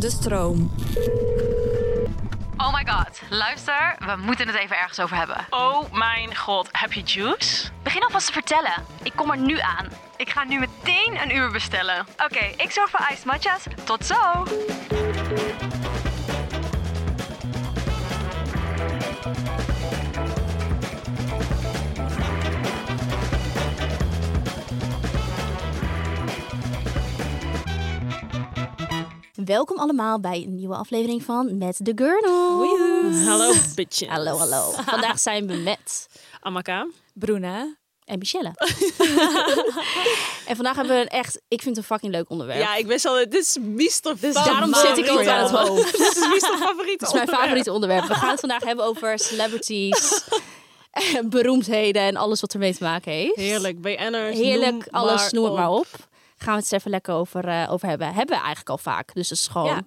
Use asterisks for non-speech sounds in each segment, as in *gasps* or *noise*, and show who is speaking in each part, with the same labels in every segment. Speaker 1: De stroom.
Speaker 2: Oh my god, luister, we moeten het even ergens over hebben.
Speaker 3: Oh mijn god, heb je juice?
Speaker 2: Begin alvast te vertellen. Ik kom er nu aan.
Speaker 4: Ik ga nu meteen een uur bestellen.
Speaker 2: Oké, ik zorg voor ijs matcha's. Tot zo!
Speaker 5: Welkom allemaal bij een nieuwe aflevering van Met de Gurnels.
Speaker 3: Hallo, bitches.
Speaker 5: Hallo,
Speaker 3: *laughs*
Speaker 5: hallo. Vandaag zijn we met
Speaker 3: Amaka.
Speaker 1: Bruna.
Speaker 5: en
Speaker 3: *laughs*
Speaker 5: Michelle. en vandaag hebben we een echt, ik vind het een fucking leuk onderwerp.
Speaker 3: Ja, ik wist al, dit is Mister dus
Speaker 5: daarom zit ik ook aan het hoofd.
Speaker 3: *laughs* Dit is Mister favoriet.
Speaker 5: Het is mijn favoriete onderwerp. We gaan het vandaag hebben over celebrities, en beroemdheden en alles wat ermee te maken heeft.
Speaker 3: Heerlijk, BN'ers.
Speaker 5: Heerlijk,
Speaker 3: noem
Speaker 5: alles,
Speaker 3: maar
Speaker 5: noem het
Speaker 3: op.
Speaker 5: maar op. Gaan we het eens even lekker over, eh, over hebben. Hebben we eigenlijk al vaak, dus het is gewoon...
Speaker 1: Ja.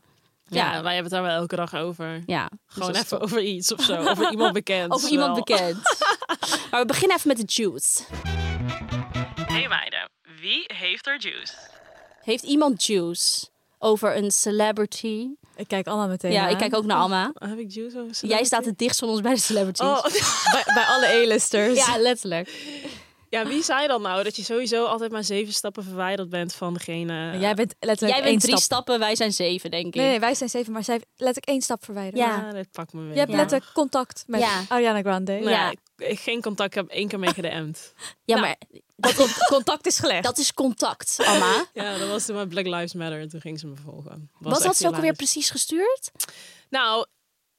Speaker 3: Ja,
Speaker 5: ja.
Speaker 3: wij hebben het daar wel elke dag over.
Speaker 5: ja. Dus
Speaker 3: Gewoon
Speaker 5: dat is
Speaker 3: even over iets of zo.
Speaker 5: *laughs*
Speaker 3: Over iemand bekend.
Speaker 5: Over iemand
Speaker 3: wel.
Speaker 5: bekend. maar we beginnen even met de juice.
Speaker 3: Hey meiden, wie heeft er juice?
Speaker 5: Heeft iemand juice over een celebrity?
Speaker 1: Ik kijk allemaal meteen
Speaker 5: Ja,
Speaker 1: aan.
Speaker 5: ik kijk ook naar Alma.
Speaker 1: Oh.
Speaker 3: Heb ik juice over
Speaker 5: Jij
Speaker 3: celebrity?
Speaker 5: staat het dichtst van ons bij de celebrities.
Speaker 3: Oh, *laughs*
Speaker 1: bij, bij alle A-listers.
Speaker 5: Ja, letterlijk.
Speaker 3: ja, wie zei dan nou? Dat je sowieso altijd maar zeven stappen verwijderd bent van degene...
Speaker 1: Jij bent letterlijk één
Speaker 5: Jij bent drie
Speaker 1: stap.
Speaker 5: stappen, wij zijn zeven, denk ik.
Speaker 1: Nee, nee, wij zijn zeven, maar zij heeft letterlijk één stap verwijderd.
Speaker 5: Ja.
Speaker 3: Ah, dit pakt me weer.
Speaker 1: Je hebt
Speaker 5: Ja.
Speaker 1: letterlijk contact met
Speaker 5: Ja.
Speaker 1: Ariana Grande.
Speaker 3: Nou
Speaker 5: Ja.
Speaker 3: ja. ik- ik- geen contact, ik heb één keer mee gedm'd.
Speaker 5: Ja, maar
Speaker 1: Nou, Dat *laughs* contact is gelegd.
Speaker 5: dat is contact, Alma.
Speaker 3: *laughs* Ja, dat was toen met Black Lives Matter en toen ging ze me volgen.
Speaker 5: Wat had
Speaker 3: echt
Speaker 5: ze ook alweer
Speaker 3: hilarisch.
Speaker 5: precies gestuurd?
Speaker 3: Nou,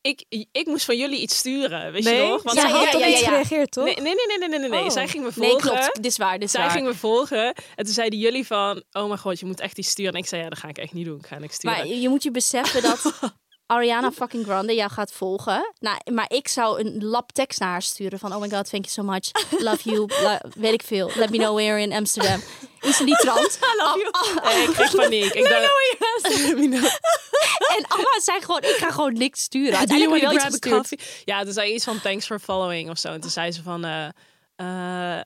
Speaker 3: ik, ik moest van jullie iets sturen, weet je
Speaker 1: nee,
Speaker 3: nog? Want
Speaker 1: zij
Speaker 5: Ja,
Speaker 3: zij
Speaker 1: had
Speaker 5: ja,
Speaker 1: op
Speaker 5: ja,
Speaker 1: iets
Speaker 5: ja.
Speaker 1: gereageerd, toch?
Speaker 3: Nee, nee, nee, nee, nee, nee, nee, nee.
Speaker 1: Oh.
Speaker 3: Zij ging me volgen.
Speaker 5: Nee, klopt. Dit is waar, dit is
Speaker 3: Zij
Speaker 5: waar.
Speaker 3: ging me volgen en toen zeiden jullie van, oh mijn god, je moet echt iets sturen. En ik zei, ja, dat ga ik echt niet doen. Ik ga niks sturen.
Speaker 5: Maar je moet je
Speaker 3: *laughs*
Speaker 5: beseffen dat Ariana fucking Grande jou gaat volgen. Nou, maar ik zou een lap tekst naar haar sturen van... Oh my god, thank you so much. Love you.
Speaker 3: *laughs*
Speaker 5: La- weet ik veel. Let me know where in Amsterdam. Iets in die
Speaker 3: *laughs*
Speaker 5: trant. Oh,
Speaker 3: Eh, ik kreeg
Speaker 5: *laughs*
Speaker 3: paniek. Ik dacht,
Speaker 1: *laughs*
Speaker 5: En Alma zei gewoon, ik ga gewoon niks sturen.
Speaker 3: do you want
Speaker 5: Uiteindelijk heb
Speaker 3: to
Speaker 5: je wel iets
Speaker 3: grab a
Speaker 5: gestuurd.
Speaker 3: coffee? Ja, toen zei iets van, thanks for following of zo. En toen zei ze van, eh eh,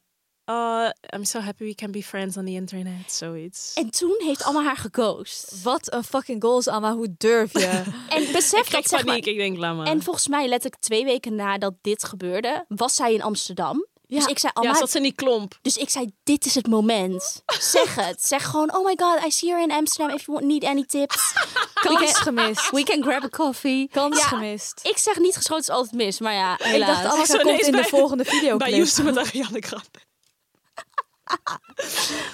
Speaker 3: eh, I'm so happy we can be friends on the internet. Zoiets.
Speaker 5: En toen heeft Alma haar geghost.
Speaker 1: Wat een fucking goals, Amma. Hoe durf *laughs* je?
Speaker 5: En
Speaker 3: Ik
Speaker 5: besef
Speaker 3: kreeg
Speaker 5: dat, zeg maar...
Speaker 3: paniek. Ik denk, laat maar.
Speaker 5: En volgens mij, letterlijk twee weken nadat dit gebeurde, was zij in Amsterdam. Dus ik zei, Alma...
Speaker 3: ja, zat ze in die klomp.
Speaker 5: Dus ik zei, dit is het moment. Zeg het. Zeg gewoon, oh my god, I see you in Amsterdam. If you want- need any tips,
Speaker 1: Kans gemist.
Speaker 5: we can grab a coffee.
Speaker 1: Kans
Speaker 5: Ja,
Speaker 1: gemist.
Speaker 5: Ik zeg niet geschoten is altijd mis, maar ja,
Speaker 1: Ik
Speaker 5: helaas.
Speaker 1: dacht, Amma
Speaker 3: Zo
Speaker 1: komt
Speaker 3: ineens
Speaker 1: in de
Speaker 3: bij-
Speaker 1: volgende
Speaker 3: Bij
Speaker 1: videoclip.
Speaker 3: Houston met Ariane Grande.
Speaker 5: *laughs*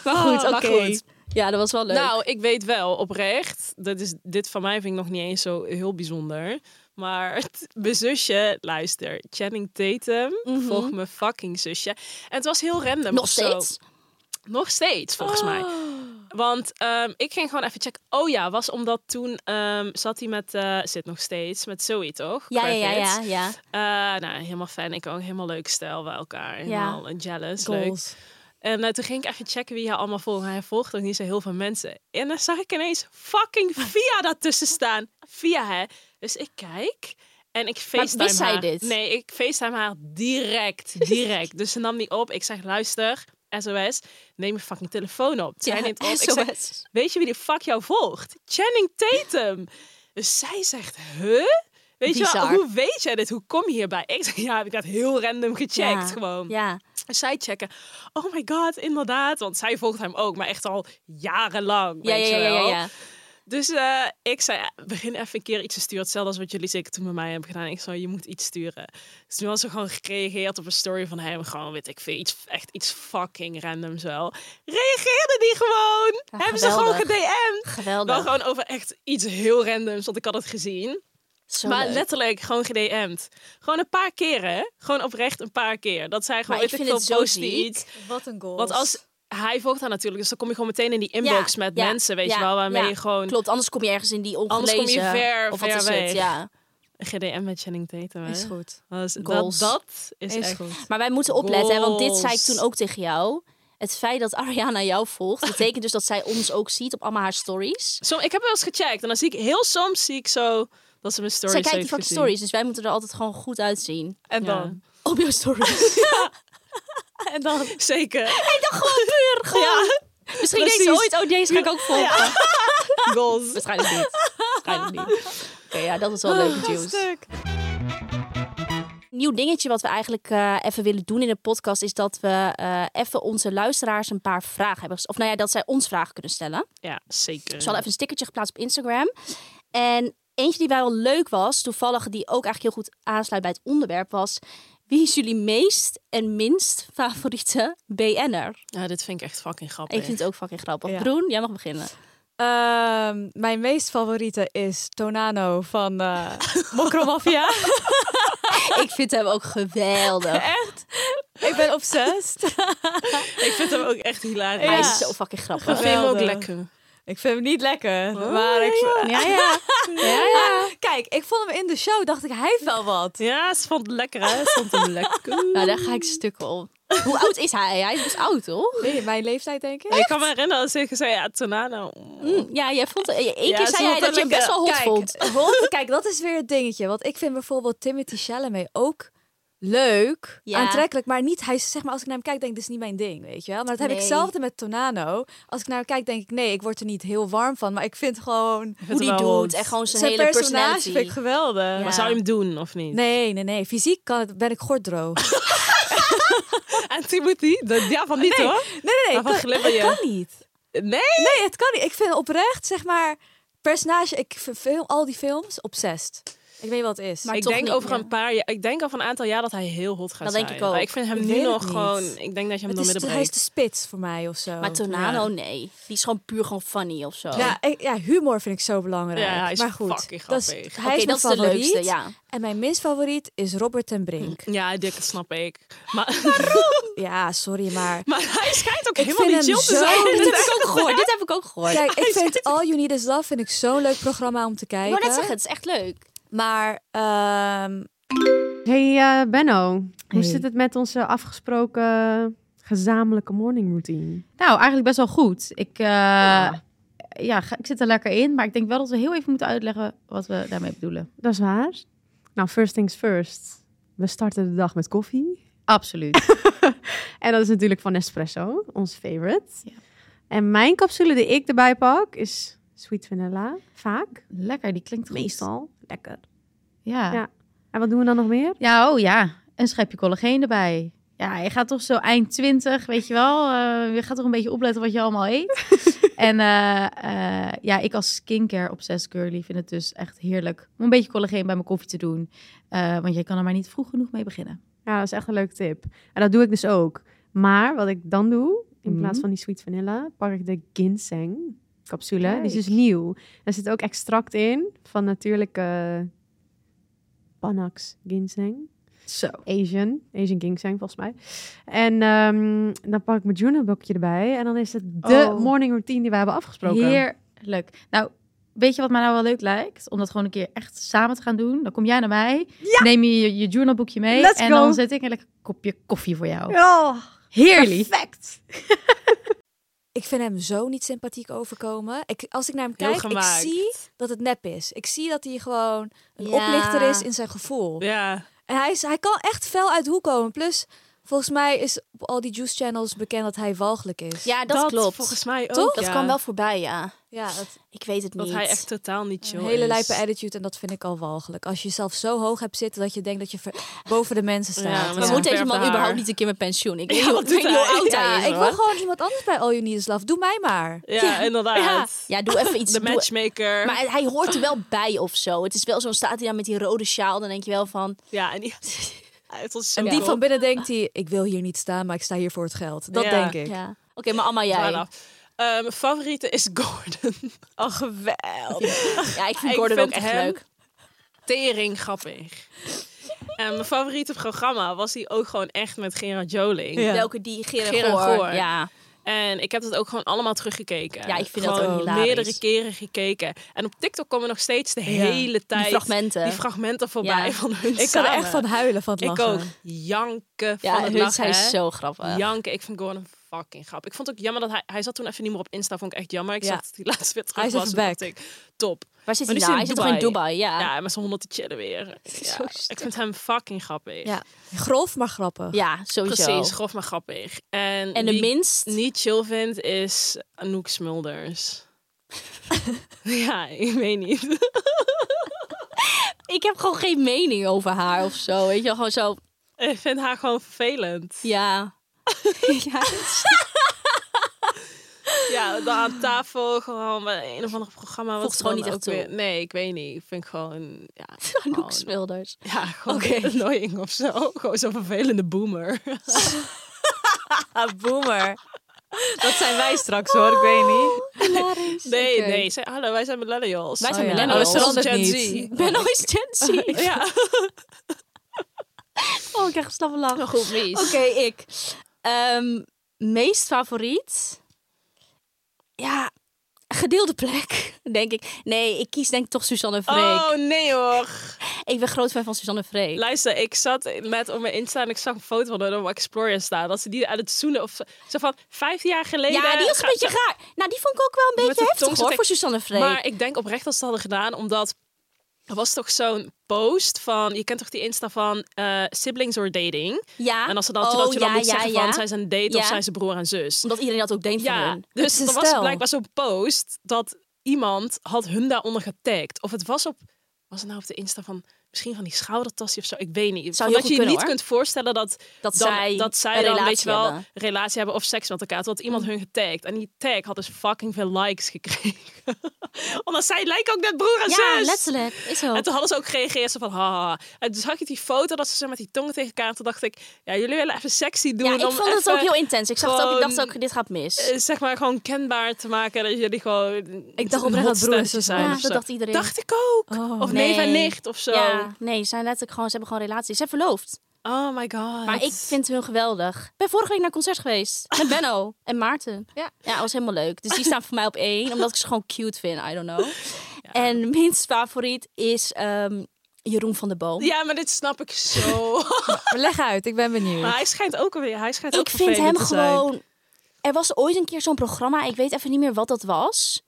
Speaker 5: maar goed,
Speaker 3: Ah, *laughs*
Speaker 5: oké.
Speaker 3: maar goed.
Speaker 5: Ja, dat was wel leuk.
Speaker 3: Nou, ik weet wel, oprecht. Dat is, dit van mij vind ik nog niet eens zo heel bijzonder. Maar t- mijn zusje, luister, Channing Tatum volgt mijn fucking zusje. En het was heel random.
Speaker 5: Mhm. Nog
Speaker 3: of zo.
Speaker 5: steeds? Oh.
Speaker 3: Nog steeds, volgens mij. Want ehm, ik ging gewoon even checken. Oh ja, was omdat toen ehm, zat hij met, eh, zit nog steeds, met Zoe toch?
Speaker 5: ja, ja, ja,
Speaker 3: Kravitz.
Speaker 5: ja, ja.
Speaker 3: Eh, nou, helemaal fan. Ik ook helemaal leuk stijl bij elkaar. Helemaal jealous. Leuk.
Speaker 1: Goals.
Speaker 3: En eh, toen ging ik even checken wie hij allemaal volgt. Hij volgt ook niet zo heel veel mensen. En dan zag ik ineens
Speaker 5: *laughs*
Speaker 3: fucking Via daartussen staan. Via, hè? Dus ik kijk en ik facetime
Speaker 5: wist zij
Speaker 3: haar.
Speaker 5: dit?
Speaker 3: Nee, ik facetime haar
Speaker 5: *laughs*
Speaker 3: direct, direct. dus ze nam die op. Ik zeg, luister, SOS, neem je fucking telefoon op. Zij
Speaker 5: Ja,
Speaker 3: neemt op. Ik zeg,
Speaker 5: SOS.
Speaker 3: weet je wie de fuck jou volgt? Channing Tatum. Dus zij zegt, huh? Weet je wel,
Speaker 5: Bizar.
Speaker 3: hoe weet jij dit? Hoe kom je hierbij? Ik zeg, ja, heb ik dat heel random gecheckt
Speaker 5: Ja,
Speaker 3: gewoon.
Speaker 5: Ja.
Speaker 3: Dus zij checken. Oh my god, inderdaad. Want zij volgt hem ook, maar echt al jarenlang.
Speaker 5: Ja,
Speaker 3: weet
Speaker 5: ja,
Speaker 3: je
Speaker 5: ja, ja,
Speaker 3: wel.
Speaker 5: ja.
Speaker 3: Dus eh, ik zei, eh, begin even een keer iets te sturen. Hetzelfde als wat jullie zeker toen met mij hebben gedaan. Ik zei, je moet iets sturen. Dus toen was ze gewoon gereageerd op een story van hem. Gewoon, weet ik veel, iets, echt iets fucking randoms wel. Reageerde die gewoon.
Speaker 5: Ja,
Speaker 3: hebben ze gewoon
Speaker 5: geweldig.
Speaker 3: gedm'd. Wel
Speaker 5: Geweldig.
Speaker 3: gewoon over echt iets heel randoms, want ik had het gezien.
Speaker 5: Zo
Speaker 3: maar
Speaker 5: leuk.
Speaker 3: letterlijk gewoon gedm'd. Gewoon een paar keer, hè? Gewoon oprecht een paar keer. Dat zij gewoon,
Speaker 5: Maar ik
Speaker 3: weet
Speaker 5: vind
Speaker 3: veel,
Speaker 5: het zo
Speaker 3: posten
Speaker 5: ziek.
Speaker 3: iets.
Speaker 1: Wat een goals.
Speaker 3: Want als, hij volgt haar natuurlijk. Dus dan kom je gewoon meteen in die inbox
Speaker 5: Ja,
Speaker 3: met
Speaker 5: ja,
Speaker 3: mensen, weet
Speaker 5: ja,
Speaker 3: je wel. Waarmee
Speaker 5: ja.
Speaker 3: je gewoon
Speaker 5: Klopt, anders kom je ergens in die
Speaker 3: Anders
Speaker 5: ongelezen.
Speaker 3: kom je ver,
Speaker 5: of wat
Speaker 3: ver
Speaker 5: is het,
Speaker 3: weg.
Speaker 5: ja.
Speaker 3: GDM met Channing Tatum. hè?
Speaker 1: Is goed.
Speaker 3: Dat is- dat,
Speaker 5: Goals.
Speaker 3: dat is,
Speaker 1: Is
Speaker 3: echt...
Speaker 1: goed.
Speaker 5: Maar wij moeten opletten, hè, want dit zei ik
Speaker 3: Goals.
Speaker 5: toen ook tegen jou. Het feit dat Ariana jou *laughs* volgt, betekent dus dat zij ons ook ziet op allemaal haar stories.
Speaker 3: Som, ik heb wel eens gecheckt. En dan zie ik heel soms zie ik zo dat ze mijn stories
Speaker 5: zij kijkt die
Speaker 3: heeft
Speaker 5: fucking
Speaker 3: gezien.
Speaker 5: stories, dus wij moeten er altijd gewoon goed uitzien.
Speaker 3: En
Speaker 5: Ja.
Speaker 3: dan?
Speaker 5: Op jouw *laughs* stories. en dan
Speaker 3: *laughs* Zeker.
Speaker 5: gewoon puur, gewoon.
Speaker 3: Ja,
Speaker 5: Misschien
Speaker 3: precies.
Speaker 5: deze ooit, oh deze ga ik ook volgen.
Speaker 3: goals.
Speaker 5: Waarschijnlijk niet. Waarschijnlijk niet. Oké, ja, dat is wel leuk nieuws.
Speaker 3: Stuk.
Speaker 5: Nieuw dingetje wat we eigenlijk eh, even willen doen in de podcast is dat we eh, even onze luisteraars een paar vragen hebben. ges- Of nou ja, dat zij ons vragen kunnen stellen.
Speaker 3: Ja, zeker.
Speaker 5: Dus we hadden even een stickertje geplaatst op Instagram. En eentje die wel leuk was, toevallig die ook eigenlijk heel goed aansluit bij het onderwerp, was... Wie is jullie meest en minst favoriete BN'er?
Speaker 3: Ja, dit vind ik echt fucking grappig.
Speaker 5: Ik vind het ook fucking grappig.
Speaker 1: Ja.
Speaker 5: Broen, jij mag beginnen.
Speaker 1: Ehm, mijn meest favoriete is Tonano van eh Mokromafia.
Speaker 5: ik vind hem ook geweldig.
Speaker 1: Echt? Ik ben obsessed.
Speaker 3: Ik vind hem ook echt hilarisch.
Speaker 1: Ja.
Speaker 5: Hij is zo fucking
Speaker 3: Ik
Speaker 5: grappig.
Speaker 3: vind hem ook
Speaker 1: Geweldig.
Speaker 3: lekker.
Speaker 1: Ik vind hem niet lekker. maar ik,
Speaker 5: Ja, *laughs* ja. ja, ja.
Speaker 1: *laughs* Kijk, ik vond hem in de show, dacht ik, hij heeft wel wat.
Speaker 3: Ja, ze vond het lekker, hè? Ze vond hem
Speaker 5: *laughs*
Speaker 3: lekker.
Speaker 5: Nou, daar ga ik stukken op. Hoe oud is hij? Hij is best oud, toch?
Speaker 1: Nee, mijn leeftijd denk ik.
Speaker 3: Ik kan me herinneren als ik zei, ja, Tornado.
Speaker 5: Hm, Ja, jij vond... Eén
Speaker 3: Ja,
Speaker 5: keer
Speaker 3: ze
Speaker 5: zei
Speaker 3: vond
Speaker 5: jij dat je
Speaker 3: hem
Speaker 5: hem
Speaker 3: eh,
Speaker 5: best wel hot
Speaker 1: Kijk,
Speaker 5: vond.
Speaker 1: hot, kijk, dat is weer het dingetje. Want ik vind bijvoorbeeld Timothy Chalamet ook leuk,
Speaker 5: Ja.
Speaker 1: aantrekkelijk, maar niet, hij is, zeg maar, als ik naar hem kijk, denk ik, dit is niet mijn ding, weet je wel. Maar dat heb ik
Speaker 5: Nee.
Speaker 1: hetzelfde met Tonano. Als ik naar hem kijk, denk ik, nee, ik word er niet heel warm van, maar ik vind gewoon
Speaker 5: Hoe die
Speaker 3: hem wel
Speaker 5: doet
Speaker 3: hot.
Speaker 5: en gewoon zijn,
Speaker 1: zijn
Speaker 5: hele
Speaker 1: personage
Speaker 5: personality.
Speaker 1: vind ik geweldig.
Speaker 5: Ja.
Speaker 3: Maar zou je hem doen, of niet?
Speaker 1: Nee, nee, nee. Fysiek kan het, ben ik *laughs* gordroog.
Speaker 3: En Timothy? Dat, ja, van niet,
Speaker 1: Nee.
Speaker 3: hoor.
Speaker 1: Nee, nee, nee.
Speaker 3: Waarvan
Speaker 1: ik kan,
Speaker 3: glibber je?
Speaker 1: het kan niet.
Speaker 3: Nee?
Speaker 1: Nee, het kan niet. Ik vind oprecht, zeg maar, personage, ik vind film, al die films obsessed. Ik weet wat het is.
Speaker 5: Maar-
Speaker 3: ik
Speaker 5: toch
Speaker 3: denk
Speaker 5: niet
Speaker 3: over
Speaker 5: meer.
Speaker 3: een paar jaar, ik denk over een aantal jaar dat hij heel hot gaat
Speaker 5: Dat
Speaker 3: zijn.
Speaker 5: denk ik ook.
Speaker 3: Maar ik vind hem
Speaker 1: Ik
Speaker 3: nu
Speaker 1: weet het
Speaker 3: nog
Speaker 1: niet.
Speaker 3: gewoon, ik denk dat je hem
Speaker 1: het
Speaker 3: door
Speaker 1: is
Speaker 3: midden
Speaker 1: de, dus- hij is
Speaker 3: breekt.
Speaker 1: de spits voor mij of zo.
Speaker 5: Maar Tornado, nee. Die is gewoon puur gewoon funny of zo.
Speaker 1: Ja, ik- ja, humor vind ik zo belangrijk.
Speaker 3: Ja, hij is
Speaker 1: maar goed,
Speaker 3: fucking
Speaker 1: dat is-
Speaker 3: grappig.
Speaker 1: hij
Speaker 5: Oké,
Speaker 1: is
Speaker 5: dat
Speaker 1: mijn
Speaker 5: is de
Speaker 1: favoriet.
Speaker 5: leukste, ja.
Speaker 1: En mijn minst favoriet is Robert ten *laughs* Brink.
Speaker 3: Ja, dik, dat snap ik.
Speaker 1: *laughs*
Speaker 3: Maar,
Speaker 1: Ja, sorry, maar...
Speaker 3: *laughs* maar hij schijnt ook
Speaker 1: Ik
Speaker 3: helemaal
Speaker 1: vind
Speaker 3: niet chill
Speaker 1: hem
Speaker 3: te *laughs*
Speaker 1: zo-
Speaker 3: zijn.
Speaker 5: Dit heb ik ook gehoord. Dit heb ik ook gehoord.
Speaker 1: Kijk, ik vind All You Need Is Love vind ik zo'n leuk programma om te
Speaker 5: ik
Speaker 1: kijken.
Speaker 5: wou net zeggen, het is echt leuk.
Speaker 1: Maar ehm,
Speaker 6: Hey eh, Benno, hoe
Speaker 1: Hey.
Speaker 6: zit het met onze afgesproken gezamenlijke morning routine?
Speaker 7: Nou, eigenlijk best wel goed. Ik, eh, ja. ga- ik zit er lekker in, maar ik denk wel dat we heel even moeten uitleggen wat we daarmee bedoelen.
Speaker 6: Dat is waar. Nou, first things first. We starten de dag met koffie.
Speaker 7: Absoluut.
Speaker 6: En dat is natuurlijk van Nespresso, ons favorite.
Speaker 7: Ja.
Speaker 6: En mijn capsule die ik erbij pak is sweet vanilla, vaak.
Speaker 7: *laughs* lekker, die klinkt goed.
Speaker 6: Meestal. Lekker.
Speaker 7: Ja.
Speaker 6: Ja.
Speaker 7: ja.
Speaker 6: En wat doen we dan nog meer?
Speaker 7: oh ja. Een schepje collageen erbij. Ja, je gaat toch zo eind 20, weet je wel. eh, je gaat toch een beetje opletten wat je allemaal eet. en eh, eh, ja, ik als skincare obsessed girly vind het dus echt heerlijk om een beetje collageen bij mijn koffie te doen. Eh, want je kan er maar niet vroeg genoeg mee beginnen.
Speaker 6: Ja, dat is echt een leuke tip. En dat doe ik dus ook. Maar wat ik dan doe, in
Speaker 7: Mhm.
Speaker 6: plaats van die sweet vanilla, pak ik de ginseng capsule. Die is dus
Speaker 7: Kijk.
Speaker 6: nieuw. Er zit ook extract in van natuurlijke Panax ginseng.
Speaker 7: Zo.
Speaker 6: Asian, Asian ginseng volgens mij. En ehm, dan pak ik mijn journalboekje erbij. En dan is het de
Speaker 7: Oh.
Speaker 6: morning routine die we hebben afgesproken.
Speaker 7: Heerlijk. Nou, weet je wat mij nou wel leuk lijkt? Om dat gewoon een keer echt samen te gaan doen. Dan kom jij naar mij, neem je je, je journalboekje mee
Speaker 6: Let's
Speaker 7: en
Speaker 6: go.
Speaker 7: dan zet ik een lekker kopje koffie voor jou.
Speaker 6: Oh,
Speaker 7: Heerlijk.
Speaker 6: perfect.
Speaker 1: ik vind hem zo niet sympathiek overkomen. Ik, als ik naar hem
Speaker 3: Heel
Speaker 1: kijk, ik
Speaker 3: gemaakt.
Speaker 1: zie dat het nep is. Ik zie dat hij gewoon een
Speaker 5: Ja.
Speaker 1: oplichter is in zijn gevoel.
Speaker 3: Ja,
Speaker 1: En hij, is, hij kan echt fel uit de hoek komen. Plus, volgens mij is op al die juice channels bekend dat hij walgelijk is.
Speaker 5: Ja, dat, klopt.
Speaker 3: volgens mij ook.
Speaker 5: Toch? Dat
Speaker 3: ja.
Speaker 5: kwam wel voorbij, ja.
Speaker 1: ja dat,
Speaker 5: Ik weet het
Speaker 3: Dat
Speaker 5: niet.
Speaker 3: hij echt eh, totaal niet chill
Speaker 1: een hele
Speaker 3: is.
Speaker 1: lijpe attitude en dat vind ik al walgelijk. Als je jezelf zo hoog hebt zitten dat je denkt dat je ver- boven de mensen staat.
Speaker 3: maar
Speaker 5: Maar
Speaker 3: Ja.
Speaker 5: moet deze
Speaker 3: Verfde
Speaker 5: man
Speaker 3: haar.
Speaker 5: überhaupt niet een keer met pensioen? Ik weet
Speaker 3: Ja,
Speaker 5: niet hoe-
Speaker 3: wat
Speaker 5: ik weet
Speaker 3: doet
Speaker 5: niet hoe
Speaker 3: hij?
Speaker 5: oud
Speaker 1: Ja,
Speaker 5: hij is.
Speaker 1: ik wil
Speaker 5: hoor.
Speaker 1: gewoon iemand anders bij All You Need Is Love. Doe mij maar.
Speaker 3: Ja, inderdaad.
Speaker 5: Ja, doe even iets.
Speaker 3: De
Speaker 5: doe-
Speaker 3: matchmaker.
Speaker 5: Maar hij hoort er wel bij of zo. Het is wel zo'n staat hij daar met die rode sjaal. Dan denk je wel *laughs* van...
Speaker 3: Ja, en die... Hij heeft ons zo
Speaker 1: En die
Speaker 3: cool.
Speaker 1: van binnen denkt hij, ik wil hier niet staan, maar ik sta hier voor het geld. Dat
Speaker 3: Ja.
Speaker 1: denk ik.
Speaker 5: Ja. Oké, maar allemaal jij.
Speaker 3: Zwaar af. Eh, mijn favoriete is Gordon. *laughs* Oh, geweldig.
Speaker 5: *laughs* Ja, ik vind
Speaker 3: Ik
Speaker 5: Gordon
Speaker 3: vind
Speaker 5: ook echt
Speaker 3: hem-
Speaker 5: leuk.
Speaker 3: Tering grappig. En mijn favoriete programma was hij ook gewoon echt met Gerard Joling.
Speaker 1: Ja.
Speaker 5: Welke die? Gerard
Speaker 3: Gerard
Speaker 5: Goor.
Speaker 3: Goor.
Speaker 5: Ja.
Speaker 3: En ik heb dat ook gewoon allemaal teruggekeken.
Speaker 5: Ja, ik vind dat
Speaker 3: Gewoon
Speaker 5: ook hilarisch.
Speaker 3: meerdere keren gekeken. En op TikTok komen nog steeds de hele tijd
Speaker 5: Die fragmenten.
Speaker 3: die fragmenten voorbij
Speaker 5: Ja.
Speaker 3: van hun
Speaker 1: Ik kan
Speaker 3: samen.
Speaker 1: er echt van huilen van het
Speaker 3: Ik
Speaker 1: lachen.
Speaker 3: ook. Janken van
Speaker 5: ja,
Speaker 3: het
Speaker 5: hun
Speaker 3: lachen.
Speaker 5: zijn
Speaker 3: hè.
Speaker 5: zo grappig.
Speaker 3: Janken. Ik vind Gordon fucking grappig. Ik vond het ook jammer dat hij... Hij zat toen even niet meer op Insta. vond ik echt jammer. Ik
Speaker 1: Ja.
Speaker 3: zag dat hij laatst weer terug
Speaker 1: Hij is
Speaker 3: was.
Speaker 1: even
Speaker 3: toen
Speaker 1: back.
Speaker 3: dacht ik, top.
Speaker 5: Waar zit
Speaker 3: Maar
Speaker 5: hij
Speaker 3: nu
Speaker 5: nou? Hij
Speaker 3: zit
Speaker 5: zit
Speaker 3: hij
Speaker 5: toch in
Speaker 3: in
Speaker 5: Dubai? Ja.
Speaker 3: Ja, met zijn honderd te chillen
Speaker 5: *laughs*
Speaker 3: weer. Ja, ik vind hem fucking grappig.
Speaker 1: Ja. Grof, maar grappig.
Speaker 5: Ja, sowieso.
Speaker 3: Precies, grof maar grappig. En,
Speaker 5: En de
Speaker 3: wie ik
Speaker 5: minst...
Speaker 3: niet chill vind is Anouk Smulders.
Speaker 5: *laughs*
Speaker 3: ja, ik weet niet.
Speaker 5: Ik heb gewoon geen mening over haar of zo. Weet je wel, gewoon zo...
Speaker 3: ik vind haar gewoon vervelend.
Speaker 5: Ja.
Speaker 3: *laughs*
Speaker 5: ja.
Speaker 3: Ja, dan aan tafel gewoon bij een of ander programma. wat
Speaker 5: Voegt
Speaker 3: ze
Speaker 5: gewoon
Speaker 3: dan
Speaker 5: niet
Speaker 3: ook
Speaker 5: echt
Speaker 3: weer-
Speaker 5: toe.
Speaker 3: Nee, ik weet niet. Ik vind gewoon... Ja,
Speaker 5: *laughs* Anouk
Speaker 3: gewoon-
Speaker 5: Smulders.
Speaker 3: Ja, gewoon
Speaker 5: Oké.
Speaker 3: annoying of zo. Gewoon zo'n vervelende boomer.
Speaker 1: Ah, boomer. Dat zijn wij straks hoor, ik weet niet.
Speaker 5: Hilarisch.
Speaker 3: Nee,
Speaker 5: Oké.
Speaker 3: nee. Zij, hallo, wij zijn millennials.
Speaker 5: Wij zijn
Speaker 1: Oh ja.
Speaker 5: millennials.
Speaker 1: Oh, dat
Speaker 3: zelfs Gen
Speaker 1: verandert
Speaker 3: Z.
Speaker 1: niet.
Speaker 5: Ik ben al eens Gen Z.
Speaker 3: Ja.
Speaker 5: *laughs* Oh, ik krijg een slappe lach.
Speaker 3: Nog goed, mies.
Speaker 5: Oké, ik. Ehm, meest favoriet? Ja, gedeelde plek, *laughs* denk ik. Nee, ik kies denk ik toch Suzanne Freek.
Speaker 3: Oh nee hoor.
Speaker 5: Ik ben groot fan van Suzanne Freek.
Speaker 3: Luister, ik zat met op mijn Insta en ik zag een foto van haar op Explorer staan. Dat ze die aan het zoenen of zo, zo van vijf jaar geleden.
Speaker 5: ja, die was een
Speaker 3: gaat
Speaker 5: beetje
Speaker 3: ze-
Speaker 5: raar. Nou, die vond ik ook wel een
Speaker 3: Met
Speaker 5: beetje
Speaker 3: de
Speaker 5: heftig
Speaker 3: tong
Speaker 5: hoor,
Speaker 3: zo
Speaker 5: voor Suzanne Freek.
Speaker 3: Maar ik denk oprecht dat ze dat hadden gedaan, omdat er was toch zo'n post van, je kent toch die Insta van eh, siblings or dating?
Speaker 5: ja.
Speaker 3: En als ze dat,
Speaker 5: Oh,
Speaker 3: dat je dan
Speaker 5: ja,
Speaker 3: moet
Speaker 5: ja,
Speaker 3: zeggen
Speaker 5: ja.
Speaker 3: van, zij zijn date of
Speaker 5: Ja.
Speaker 3: zij zijn broer en zus.
Speaker 5: Omdat iedereen dat ook denkt van
Speaker 3: Ja,
Speaker 5: hun.
Speaker 3: dus
Speaker 1: Het is
Speaker 3: er
Speaker 1: een
Speaker 3: was
Speaker 1: stel.
Speaker 3: blijkbaar zo'n post dat iemand had hun daaronder getagd. Of het was op, was het nou op de Insta van misschien van die schoudertasje of zo, ik weet niet.
Speaker 5: Zou
Speaker 3: Zou
Speaker 5: heel
Speaker 3: dat je
Speaker 5: goed
Speaker 3: je
Speaker 5: kunnen,
Speaker 3: niet
Speaker 5: hoor.
Speaker 3: kunt voorstellen dat,
Speaker 5: Dat
Speaker 3: dan-
Speaker 5: zij
Speaker 3: dat zij
Speaker 5: een
Speaker 3: dan weet je
Speaker 5: relatie
Speaker 3: wel
Speaker 5: hebben.
Speaker 3: een relatie hebben of seks met elkaar. Toen had iemand hun getagd en die tag had dus fucking veel likes gekregen. *laughs* Omdat zij lijken ook net broer en
Speaker 5: Ja,
Speaker 3: zus.
Speaker 5: letterlijk. Is zo.
Speaker 3: En toen hadden ze ook gereageerd zo van haha. En toen zag je die foto dat ze zo met die tongen tegen elkaar. Toen dacht ik, ja jullie willen even sexy doen.
Speaker 5: Ja, ik
Speaker 3: om
Speaker 5: vond het
Speaker 3: even-
Speaker 5: ook heel intens. Ik zag het ook, ik dacht
Speaker 3: gewoon-
Speaker 5: ook, dit gaat mis.
Speaker 3: eh, zeg maar gewoon kenbaar te maken dat jullie gewoon
Speaker 1: Ik dacht
Speaker 3: een
Speaker 1: oprecht dat broers
Speaker 3: hot stelletje
Speaker 1: en
Speaker 3: zijn
Speaker 5: ja,
Speaker 3: of
Speaker 5: dat
Speaker 3: zo.
Speaker 5: dacht iedereen.
Speaker 3: Dacht ik ook.
Speaker 1: Oh.
Speaker 3: Of
Speaker 5: Nee.
Speaker 3: neef en nicht of zo.
Speaker 5: Ja, nee, ze zijn letterlijk gewoon, ze hebben gewoon relaties. Ze zijn verloofd.
Speaker 3: Oh my god.
Speaker 5: Maar ik vind hun geweldig. Ik ben vorige week naar een concert geweest.
Speaker 3: *laughs*
Speaker 5: Met Benno en Maarten. Ja. ja, dat was helemaal leuk. Dus die staan voor mij op
Speaker 3: *laughs*
Speaker 5: één. Omdat ik ze gewoon cute vind. I don't know. En minst favoriet is ehm, Jeroen van der Boom.
Speaker 3: Ja, maar dit snap ik zo.
Speaker 1: Maar leg uit, ik ben benieuwd.
Speaker 3: maar hij schijnt ook weer. Hij schijnt ook
Speaker 5: ik vind hem
Speaker 3: vervelend te zijn.
Speaker 5: gewoon... Er was ooit een keer zo'n programma. Ik weet even niet meer wat dat was.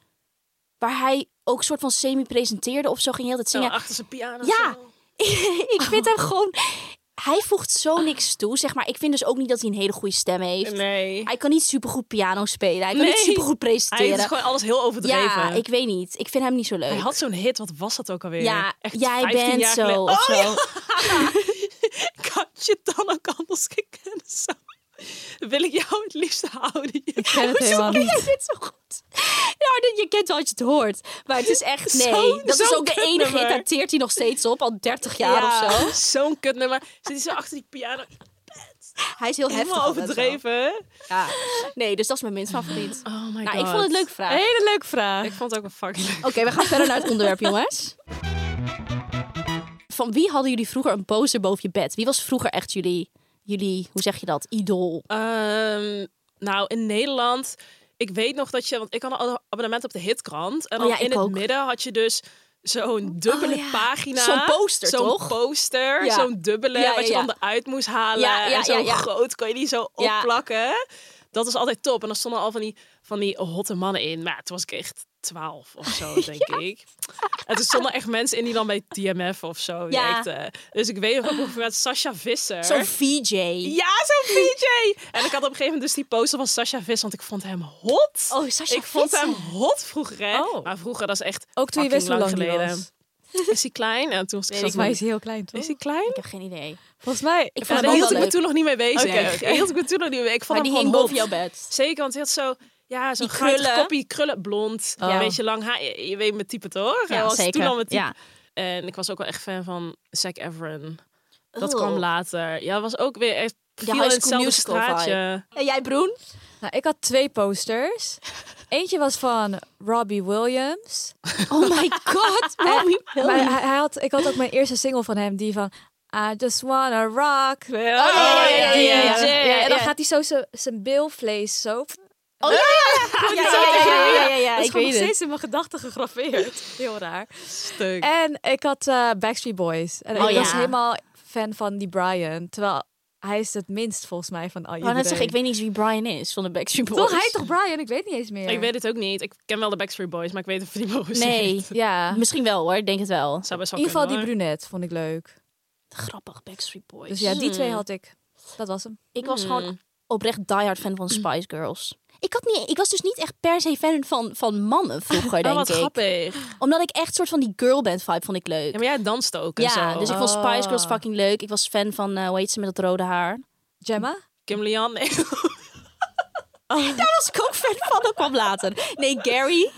Speaker 5: Waar hij ook soort van semi-presenteerde of zo. Ging heel dat
Speaker 3: Zo
Speaker 5: zingen.
Speaker 3: achter zijn piano.
Speaker 5: Ja.
Speaker 3: zo.
Speaker 5: ik vind hem
Speaker 3: Oh.
Speaker 5: gewoon... Hij voegt zo niks toe, zeg maar. Ik vind dus ook niet dat hij een hele goede stem heeft.
Speaker 3: Nee.
Speaker 5: Hij kan niet supergoed piano spelen. Hij kan
Speaker 3: Nee.
Speaker 5: niet supergoed
Speaker 3: Hij
Speaker 5: presenteren.
Speaker 3: is gewoon alles heel overdreven.
Speaker 5: Ja, ik weet niet. Ik vind hem niet zo leuk.
Speaker 3: Hij had zo'n hit, wat was dat ook alweer?
Speaker 5: ja,
Speaker 3: Echt
Speaker 5: jij
Speaker 3: 15
Speaker 5: bent
Speaker 3: jaar
Speaker 5: zo.
Speaker 3: geleden.
Speaker 5: of
Speaker 3: Oh,
Speaker 5: zo.
Speaker 3: ja. Ik had je dan ook anders gekend. Zo. Wil ik jou het liefst houden?
Speaker 1: Ik ken het helemaal
Speaker 5: Sorry,
Speaker 1: niet.
Speaker 5: jij bent zo goed. Ja, dat- je kent wel als je het hoort. Maar het is echt, nee.
Speaker 3: Zo'n-
Speaker 5: dat is
Speaker 3: zo'n
Speaker 5: ook de enige
Speaker 3: kutnummer.
Speaker 5: hit. Daar teert hij nog steeds op, al 30 jaar of zo.
Speaker 3: *laughs* Zo'n kutnummer. Zit hij zo achter die piano.
Speaker 5: Hij is heel heftig.
Speaker 3: Helemaal
Speaker 5: altijd wel.
Speaker 3: overdreven.
Speaker 5: Ja. Nee, dus dat is mijn minst favoriet.
Speaker 3: Oh my
Speaker 5: Nou, ik vond het leuk vraag.
Speaker 1: Hele leuke vraag.
Speaker 3: Ik vond het ook een fucking leuk.
Speaker 5: Oké, we gaan verder naar het onderwerp, jongens. Van wie hadden jullie vroeger een poster boven je bed? Wie was vroeger echt jullie, jullie hoe zeg je dat, idool?
Speaker 3: Ehm, nou, in Nederland... Ik weet nog dat je... Want ik had een ab- abonnement op de Hitkrant. En
Speaker 5: Oh
Speaker 3: dan
Speaker 5: ja, ik
Speaker 3: in het
Speaker 5: ook.
Speaker 3: midden had je dus... Zo'n dubbele
Speaker 5: Oh ja.
Speaker 3: pagina.
Speaker 5: Zo'n poster,
Speaker 3: Zo'n
Speaker 5: toch?
Speaker 3: poster.
Speaker 5: Ja.
Speaker 3: Zo'n dubbele.
Speaker 5: Ja, ja,
Speaker 3: wat je
Speaker 5: ja.
Speaker 3: dan eruit moest halen.
Speaker 5: Ja, ja,
Speaker 3: en zo
Speaker 5: ja, ja.
Speaker 3: groot kon je die zo
Speaker 5: Ja.
Speaker 3: opplakken. Dat is altijd top. En dan stonden al van die, van die hotte mannen in. Maar toen was ik echt 12 of
Speaker 5: *laughs*
Speaker 3: zo, denk ik. En toen stonden echt mensen in die dan bij TMF of zo
Speaker 5: Ja.
Speaker 3: werkten. Dus ik weet nog ook nog met Sasha Visser.
Speaker 5: Zo'n VJ.
Speaker 3: Ja,
Speaker 5: *laughs*
Speaker 3: zo'n VJ! En ik had op een gegeven moment dus die poster van Sasha Vis, want ik vond hem hot.
Speaker 5: Oh, Sascha
Speaker 3: ik vond
Speaker 5: Visser.
Speaker 3: hem hot vroeger, hè?
Speaker 1: Oh.
Speaker 3: Maar vroeger, dat is echt
Speaker 1: Ook toen je wist
Speaker 3: fucking
Speaker 1: hoe lang die
Speaker 3: geleden.
Speaker 1: was.
Speaker 3: *laughs* Is hij klein? En toen was ik
Speaker 1: Volgens
Speaker 3: zo
Speaker 1: mij
Speaker 3: van,
Speaker 1: is hij heel klein, toch?
Speaker 3: is hij klein?
Speaker 5: Ik heb geen idee.
Speaker 1: Volgens mij...
Speaker 5: Ik
Speaker 1: Ik
Speaker 5: vond
Speaker 3: Ja,
Speaker 5: het
Speaker 3: daar
Speaker 5: wel
Speaker 3: hield ik me
Speaker 5: leuk.
Speaker 3: toen nog niet mee bezig.
Speaker 5: Oké, oké.
Speaker 3: Daar hield ik me toen nog niet mee bezig. Ik vond
Speaker 5: Maar
Speaker 3: hem
Speaker 5: die
Speaker 3: gewoon
Speaker 5: hing boven
Speaker 3: hot.
Speaker 5: jouw bed.
Speaker 3: Zeker, want hij had zo... Ja, zo'n
Speaker 5: Die krullen.
Speaker 3: krullen. koppie, krullen, blond,
Speaker 1: Oh.
Speaker 3: een beetje lang haar. Je, je weet mijn type, toch? Hij was toen al mijn type.
Speaker 5: Ja.
Speaker 3: En ik was ook wel echt fan van Zac Efron. Dat
Speaker 5: Oh.
Speaker 3: kwam later. Ja, was ook weer echt... Viel in
Speaker 5: High School
Speaker 3: hetzelfde
Speaker 5: Musical
Speaker 3: straatje.
Speaker 5: En jij, Broen?
Speaker 1: Nou, ik had twee
Speaker 5: *laughs*
Speaker 1: posters. Eentje was van Robbie Williams.
Speaker 5: Oh my
Speaker 1: *laughs*
Speaker 5: god. Robbie
Speaker 1: Maar
Speaker 5: Williams.
Speaker 1: hij, hij had, ik had ook mijn eerste single van hem, die van... I just wanna rock.
Speaker 3: Oh, ja, ja, ja, ja.
Speaker 1: Ja, en dan
Speaker 5: ja.
Speaker 1: gaat hij zo zijn- zijn bilvlees zo
Speaker 5: Oh ja, ja, ja, ja, ja, ja, ja, ja, ja,
Speaker 1: dat is
Speaker 5: ik
Speaker 1: gewoon nog
Speaker 5: weet het.
Speaker 1: steeds in mijn gedachten
Speaker 5: *laughs*
Speaker 1: gegraveerd. Heel raar.
Speaker 3: Stuk.
Speaker 1: En ik had eh, Backstreet Boys. En
Speaker 5: Oh,
Speaker 1: ik was
Speaker 5: ja.
Speaker 1: helemaal fan van die Brian. Terwijl hij is het minst volgens mij van al
Speaker 5: Ik wou
Speaker 1: iedereen.
Speaker 5: net zeggen, ik weet niet eens wie Brian is van de Backstreet Boys.
Speaker 1: Toch, hij is toch Brian? Ik weet niet eens meer.
Speaker 3: Ik weet het ook niet. Ik ken wel de Backstreet Boys, maar ik weet even niet meer hoe ze
Speaker 5: Nee.
Speaker 3: heet.
Speaker 1: Ja. In
Speaker 5: Misschien wel hoor, ik denk het wel.
Speaker 3: *laughs* Zou best wel
Speaker 1: ieder geval die
Speaker 3: kunnen, hoor.
Speaker 1: brunette vond ik leuk.
Speaker 5: Grappig, Backstreet Boys.
Speaker 1: Dus ja, die twee
Speaker 3: Hmm.
Speaker 1: had ik. Dat was hem.
Speaker 5: Ik was gewoon
Speaker 3: Mm.
Speaker 5: oprecht diehard fan
Speaker 3: Hmm.
Speaker 5: van Spice Girls. Ik, had niet, ik was dus niet echt per se fan van, van mannen
Speaker 3: *laughs*
Speaker 5: vroeger,
Speaker 3: Oh,
Speaker 5: denk
Speaker 3: wat
Speaker 5: ik.
Speaker 3: grappig.
Speaker 5: Omdat ik echt soort van die girlband vibe vond ik leuk.
Speaker 3: Ja, maar jij danst ook en
Speaker 5: Ja,
Speaker 3: zo.
Speaker 5: dus ik vond
Speaker 1: Oh.
Speaker 5: Spice Girls fucking leuk. Ik was fan van, eh hoe heet ze met dat rode haar? *laughs*
Speaker 1: Gemma?
Speaker 3: Kim Lian. *laughs* nee.
Speaker 5: Daar was ik ook fan van, dat kwam later. Nee, Gary.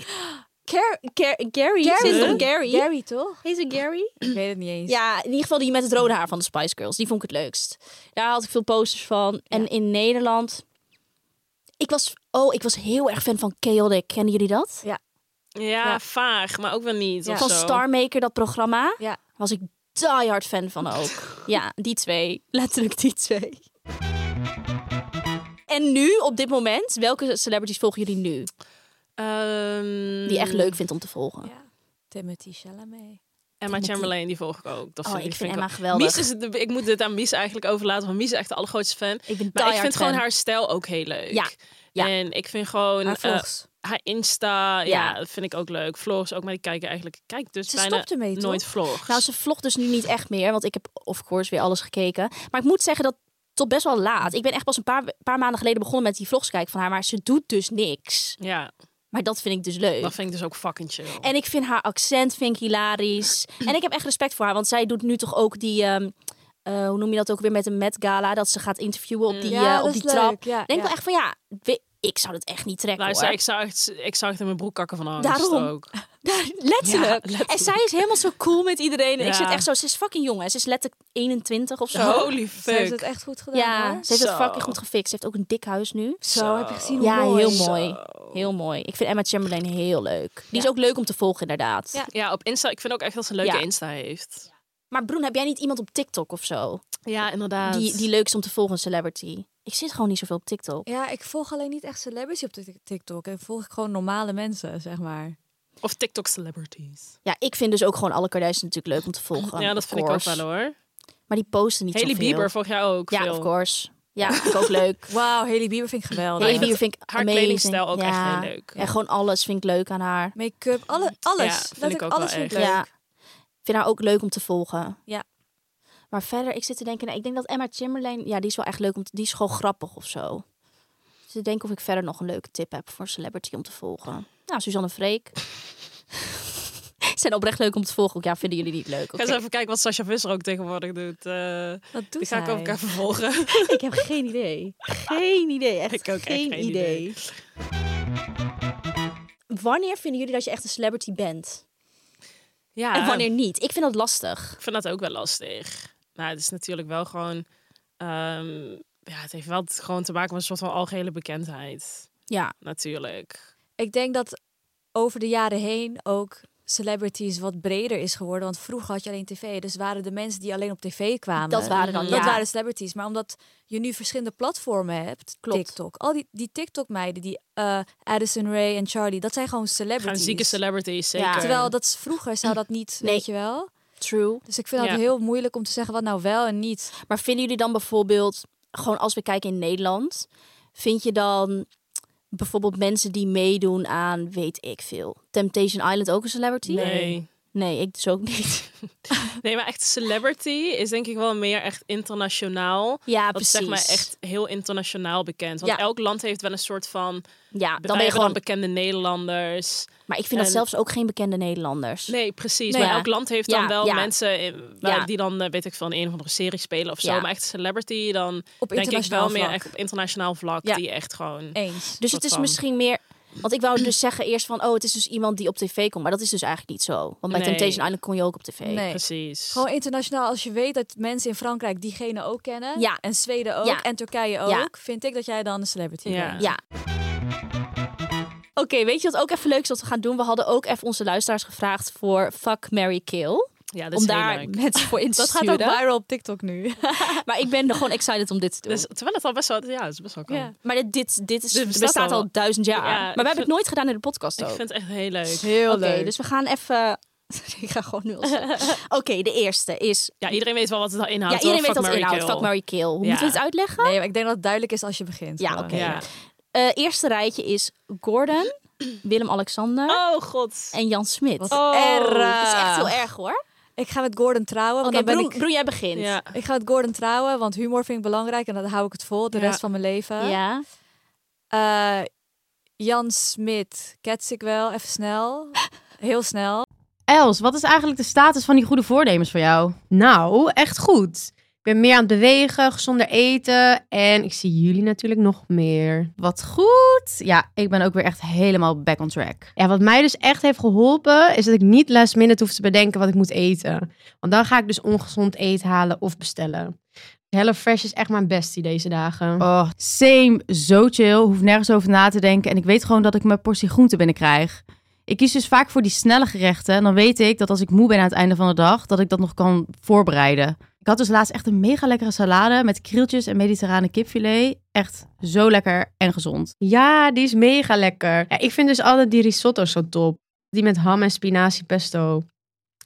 Speaker 5: Car- Car- Gary?
Speaker 1: Gary.
Speaker 5: Zit er een Gary?
Speaker 1: Gary, toch?
Speaker 5: Heet ze Gary?
Speaker 1: Ik weet het niet eens.
Speaker 5: Ja, in ieder geval die met het rode haar van de Spice Girls. Die vond ik het leukst. Daar had ik veel posters van. En in Nederland... Ik was, oh, ik was heel erg fan van Chaotic. Kennen jullie dat?
Speaker 3: ja, vaag, maar ook wel niet.
Speaker 1: Ja.
Speaker 3: of
Speaker 5: Van
Speaker 3: zo.
Speaker 5: Star Maker, dat programma.
Speaker 1: Ja.
Speaker 5: Was ik diehard fan van ook. ja, die twee. Letterlijk die twee. En nu, op dit moment, welke celebrities volgen jullie nu?
Speaker 3: Ehm,
Speaker 5: Die je echt leuk vindt om te volgen?
Speaker 1: Ja. Timothy Chalamet.
Speaker 3: Emma Chamberlain, die volg ik ook. Dat
Speaker 5: Oh,
Speaker 3: vind,
Speaker 5: ik
Speaker 3: die
Speaker 5: vind
Speaker 3: ik
Speaker 5: Emma
Speaker 3: wel-
Speaker 5: geweldig.
Speaker 3: Mies is het- ik moet dit aan Mies eigenlijk overlaten, want Mies is echt de allergrootste fan.
Speaker 5: Ik ben
Speaker 3: Maar ik
Speaker 5: diehard
Speaker 3: vind gewoon
Speaker 5: fan.
Speaker 3: haar stijl ook heel leuk.
Speaker 5: Ja, ja.
Speaker 3: En ik vind gewoon
Speaker 1: Haar
Speaker 3: eh, haar,
Speaker 1: vlogs.
Speaker 3: Insta, ja.
Speaker 5: Ja.
Speaker 3: dat vind ik ook leuk. Vlogs ook, maar die kijken eigenlijk, ik kijk dus
Speaker 1: Ze
Speaker 3: bijna
Speaker 1: stopt ermee, toch?
Speaker 3: nooit vlogs.
Speaker 5: Nou, ze vlogt dus nu niet echt meer, want ik heb of course weer alles gekeken. Maar ik moet zeggen dat tot best wel laat. Ik ben echt pas een paar, paar maanden geleden begonnen met die vlogs kijken van haar, maar ze doet dus niks.
Speaker 3: Ja,
Speaker 5: Maar dat vind ik dus leuk.
Speaker 3: dat vind ik dus ook fucking chill.
Speaker 5: En ik vind haar accent vind ik hilarisch. en ik heb echt respect voor haar, want zij doet nu toch ook die, ehm, eh, hoe noem je dat ook weer met een Met Gala, dat ze gaat interviewen op die, eh,
Speaker 1: Mm. Ja,
Speaker 5: op
Speaker 1: dat
Speaker 5: die
Speaker 1: is leuk.
Speaker 5: trap.
Speaker 1: Ja, ja.
Speaker 5: Ik denk
Speaker 1: Nou,
Speaker 5: wel echt van ja, we- ik zou dat echt niet trekken.
Speaker 3: Luister,
Speaker 5: hoor. *laughs*
Speaker 3: ik zou, echt, ik zou echt in mijn broek kakken van angst
Speaker 5: Daarom.
Speaker 3: ook.
Speaker 5: *laughs* letterlijk.
Speaker 3: Ja, letterlijk.
Speaker 5: En zij is helemaal zo cool met iedereen. En ik
Speaker 3: Ja.
Speaker 5: zit echt zo, ze is fucking jong. Hè. Ze is letterlijk 21 of
Speaker 1: Oh,
Speaker 5: zo.
Speaker 3: Holy
Speaker 1: Ze heeft het
Speaker 3: fuck.
Speaker 1: echt goed gedaan.
Speaker 5: Ja,
Speaker 1: hoor.
Speaker 5: ze heeft het
Speaker 3: Zo.
Speaker 5: fucking goed gefixt. Ze heeft ook een dik huis nu.
Speaker 1: Zo, heb je gezien hoe
Speaker 5: Ja,
Speaker 1: mooi.
Speaker 5: heel mooi. Heel mooi. Ik vind Emma Chamberlain heel leuk. Die is ook leuk om te volgen, inderdaad.
Speaker 1: Ja.
Speaker 3: Ja, op Insta. Ik vind ook echt dat ze een leuke
Speaker 5: Ja.
Speaker 3: Insta heeft.
Speaker 5: Maar Broen, heb jij niet iemand op TikTok of zo?
Speaker 3: Ja, inderdaad.
Speaker 5: Die, die leuk is om te volgen, een celebrity? Ik zit gewoon niet zoveel op TikTok.
Speaker 1: Ja, ik volg alleen niet echt celebrities op tik- TikTok. En volg ik gewoon normale mensen, zeg maar.
Speaker 3: Of TikTok celebrities.
Speaker 5: Ja, ik vind dus ook gewoon alle Kardashians natuurlijk leuk om te volgen.
Speaker 3: ja, dat
Speaker 5: of
Speaker 3: vind ik
Speaker 5: course.
Speaker 3: ook wel hoor.
Speaker 5: Maar die posten niet
Speaker 3: Hailey
Speaker 5: zoveel.
Speaker 3: Bieber volg jij ook
Speaker 5: Ja,
Speaker 3: veel.
Speaker 5: of course.
Speaker 3: *laughs*
Speaker 5: Ja, vind ik ook leuk.
Speaker 1: Wauw, Haley Bieber vind ik geweldig.
Speaker 5: Hailey Bieber vind ik
Speaker 3: haar
Speaker 5: amazing.
Speaker 3: kledingstijl ook echt
Speaker 5: Ja.
Speaker 3: heel leuk.
Speaker 5: En gewoon alles vind ik leuk aan haar.
Speaker 1: Make-up, alle,
Speaker 3: Ja,
Speaker 1: alles.
Speaker 3: vind
Speaker 1: dat
Speaker 3: ik
Speaker 1: ik
Speaker 3: ook
Speaker 1: alles
Speaker 3: wel
Speaker 1: vind ik
Speaker 3: echt.
Speaker 1: leuk.
Speaker 5: Ja. Ik vind haar ook leuk om te volgen.
Speaker 1: Ja.
Speaker 5: Maar verder, ik zit te denken, nou, ik denk dat Emma Chamberlain, ja, die is wel echt leuk om te, die is gewoon grappig of zo. Dus ik denk of ik verder nog een leuke tip heb voor een celebrity om te volgen. Nou, Suzanne Freek. *laughs* Ze zijn oprecht leuk om te volgen. ook. Ja, vinden jullie niet leuk?
Speaker 3: Ga
Speaker 5: Oké.
Speaker 3: eens even kijken wat Sasha Visser ook tegenwoordig doet. Eh
Speaker 1: Dat doet
Speaker 3: die ga ik
Speaker 1: hij.
Speaker 3: ook even volgen.
Speaker 5: *laughs* Ik heb geen idee. Geen idee. Echt
Speaker 3: Ik ook echt geen idee.
Speaker 5: Wanneer vinden jullie dat je echt een celebrity bent?
Speaker 3: ja,
Speaker 5: En wanneer niet? Ik vind dat lastig.
Speaker 3: ik vind dat ook wel lastig. Nou, het is natuurlijk wel gewoon... ehm, ja, het heeft wel t- gewoon te maken met een soort van algehele bekendheid.
Speaker 5: Ja.
Speaker 3: Natuurlijk.
Speaker 1: Ik denk dat over de jaren heen ook celebrities wat breder is geworden. Want vroeger had je alleen tv. Dus waren de mensen die alleen op tv kwamen.
Speaker 5: Dat waren dan,
Speaker 1: dat
Speaker 5: ja.
Speaker 1: waren celebrities. Maar omdat je nu verschillende platformen hebt.
Speaker 5: Klopt.
Speaker 1: TikTok. Al die, die TikTok-meiden, die eh, Addison Ray en Charlie. Dat zijn gewoon
Speaker 3: Gaan
Speaker 1: celebrities.
Speaker 3: zieke celebrities, zeker.
Speaker 5: Ja.
Speaker 1: Terwijl dat is, vroeger zou dat niet,
Speaker 5: Nee.
Speaker 1: weet je wel.
Speaker 5: True.
Speaker 1: Dus ik vind het
Speaker 3: Ja.
Speaker 1: heel moeilijk om te zeggen wat nou wel en niet.
Speaker 5: Maar vinden jullie dan bijvoorbeeld, gewoon als we kijken in Nederland, vind je dan bijvoorbeeld mensen die meedoen aan weet ik veel? Temptation Island ook een celebrity?
Speaker 3: Nee.
Speaker 5: Nee, ik dus ook niet.
Speaker 3: Nee, maar echt celebrity is denk ik wel meer echt internationaal.
Speaker 5: *laughs* Ja,
Speaker 3: dat is
Speaker 5: precies.
Speaker 3: zeg maar echt heel internationaal bekend. Want
Speaker 5: Ja.
Speaker 3: elk land heeft wel een soort van... Nou
Speaker 5: Ja,
Speaker 3: Dan
Speaker 5: dan ben je gewoon.
Speaker 3: dan bekende Nederlanders.
Speaker 5: Maar ik vind dat
Speaker 3: en-
Speaker 5: zelfs ook geen bekende Nederlanders.
Speaker 3: Nee, precies.
Speaker 5: Nee.
Speaker 3: maar
Speaker 5: Nou Ja.
Speaker 3: elk land heeft
Speaker 5: Ja,
Speaker 3: dan wel
Speaker 5: ja.
Speaker 3: mensen in- waar-
Speaker 5: Ja.
Speaker 3: die dan, eh, weet ik van een of andere serie spelen of zo.
Speaker 5: Ja.
Speaker 3: Maar echt celebrity, dan
Speaker 1: Op
Speaker 3: denk ik
Speaker 1: internationaal
Speaker 3: wel meer
Speaker 1: vlak.
Speaker 3: echt op internationaal vlak.
Speaker 5: Ja.
Speaker 3: Die echt gewoon...
Speaker 1: Eens.
Speaker 3: dat
Speaker 5: Dus het is
Speaker 3: dan.
Speaker 5: misschien meer. Want ik wou dus zeggen eerst van, oh, het is dus iemand die op tv komt. Maar dat is dus eigenlijk niet zo. Want
Speaker 3: Nee.
Speaker 5: bij Temptation Island kon je ook op tv.
Speaker 1: Nee.
Speaker 3: Precies.
Speaker 1: Gewoon internationaal, als je weet dat mensen in Frankrijk diegene ook kennen.
Speaker 5: Ja.
Speaker 1: En Zweden ook.
Speaker 5: Ja.
Speaker 1: En Turkije ook.
Speaker 5: Ja.
Speaker 1: Vind ik dat jij dan een celebrity
Speaker 3: Ja.
Speaker 1: bent.
Speaker 5: Ja. Oké, weet je wat ook even leuk is dat we gaan doen? We hadden ook even onze luisteraars gevraagd voor Fuck, Mary Kill.
Speaker 3: Ja, dat
Speaker 5: om
Speaker 3: is
Speaker 5: daar
Speaker 3: heel leuk.
Speaker 5: mensen voor
Speaker 3: *laughs*
Speaker 5: in te
Speaker 1: Dat gaat
Speaker 5: sturen.
Speaker 1: ook viral op TikTok nu.
Speaker 5: Maar ik ben gewoon excited om dit te doen.
Speaker 3: Dus, terwijl het al best wel, ja, het is best wel cool.
Speaker 1: Ja.
Speaker 5: maar dit, dit, dit is,
Speaker 3: Dit
Speaker 5: bestaat,
Speaker 3: bestaat
Speaker 5: al,
Speaker 3: al.
Speaker 5: duizend jaar.
Speaker 3: Ja, ik
Speaker 5: maar we hebben
Speaker 3: vind-
Speaker 5: het nooit gedaan in de podcast
Speaker 3: Ik
Speaker 5: ook.
Speaker 3: vind het echt *laughs* heel leuk.
Speaker 6: Heel
Speaker 5: Oké, dus we gaan even... *laughs* ik ga gewoon nu al stoppen.
Speaker 3: *laughs*
Speaker 5: Oké, de eerste is...
Speaker 3: Ja, iedereen weet wel wat Nou, het al inhoudt.
Speaker 5: ja, iedereen
Speaker 3: hoor.
Speaker 5: weet dat het
Speaker 3: Fuck, Marry,
Speaker 5: inhoudt. Fuck,
Speaker 3: Kill.
Speaker 5: Mary, Kill. Hoe moeten
Speaker 3: Ja.
Speaker 5: we het uitleggen?
Speaker 1: Nee, maar ik denk dat het duidelijk is als je begint.
Speaker 5: Ja,
Speaker 1: gewoon.
Speaker 5: oké.
Speaker 3: Ja.
Speaker 5: Eh, eerste rijtje is Gordon, Willem-Alexander
Speaker 3: Oh god.
Speaker 5: en Jan Smit.
Speaker 1: Wat
Speaker 3: Oh,
Speaker 1: erg.
Speaker 5: Dat is echt heel erg Oh, hoor.
Speaker 1: Ik ga met Gordon trouwen, want dan
Speaker 5: Oké,
Speaker 1: ben
Speaker 5: Broen,
Speaker 1: ik...
Speaker 5: Broen, jij begint.
Speaker 3: Ja.
Speaker 1: Ik ga met Gordon trouwen, want humor vind ik belangrijk en dan hou ik het vol de
Speaker 3: Ja.
Speaker 1: rest van mijn leven.
Speaker 5: Ja.
Speaker 1: Eh, Jan Smit, kets ik wel, even
Speaker 5: *laughs*
Speaker 1: snel. Heel snel.
Speaker 7: Els, wat is eigenlijk de status van die goede voornemens voor jou?
Speaker 6: Nou, echt goed. Ik ben meer aan het bewegen, gezonder eten. En ik zie jullie natuurlijk nog meer.
Speaker 7: Wat goed. Ja, ik ben ook weer echt helemaal back on track.
Speaker 6: Ja, wat mij dus echt heeft geholpen, is dat ik niet last minute hoef te bedenken wat ik moet eten. Want dan ga ik dus ongezond eten halen of bestellen. HelloFresh is echt mijn bestie deze dagen.
Speaker 7: Oh, same. Zo chill. Hoef nergens over na te denken. En ik weet gewoon dat ik mijn portie groente binnenkrijg. Ik kies dus vaak voor die snelle gerechten. En dan weet ik dat als ik moe ben aan het einde van de dag, dat ik dat nog kan voorbereiden. Ik had dus laatst echt een mega lekkere salade met krieltjes en mediterrane kipfilet. Echt zo lekker en gezond.
Speaker 6: Ja, die is mega lekker. Ja, ik vind dus altijd die risotto zo top. Die met ham en spinazie pesto.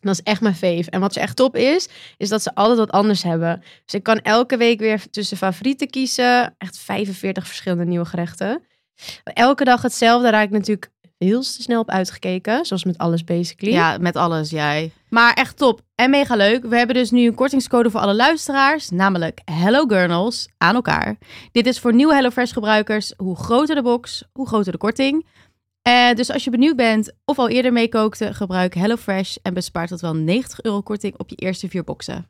Speaker 6: Dat is echt mijn fave. En wat ze echt top is, is dat ze altijd wat anders hebben. Dus ik kan elke week weer tussen favorieten kiezen. Echt 45 verschillende nieuwe gerechten. Elke dag hetzelfde raak ik natuurlijk heel te snel op uitgekeken. Zoals met alles basically.
Speaker 7: Ja, met alles, jij. Maar echt top en mega leuk. We hebben dus nu een kortingscode voor alle luisteraars, namelijk Hello Gurnals aan elkaar. Dit is voor nieuwe HelloFresh gebruikers. Hoe groter de box, hoe groter de korting. Eh, dus als je benieuwd bent of al eerder meekookte, gebruik HelloFresh en bespaart tot wel 90 euro korting op je eerste vier boxen.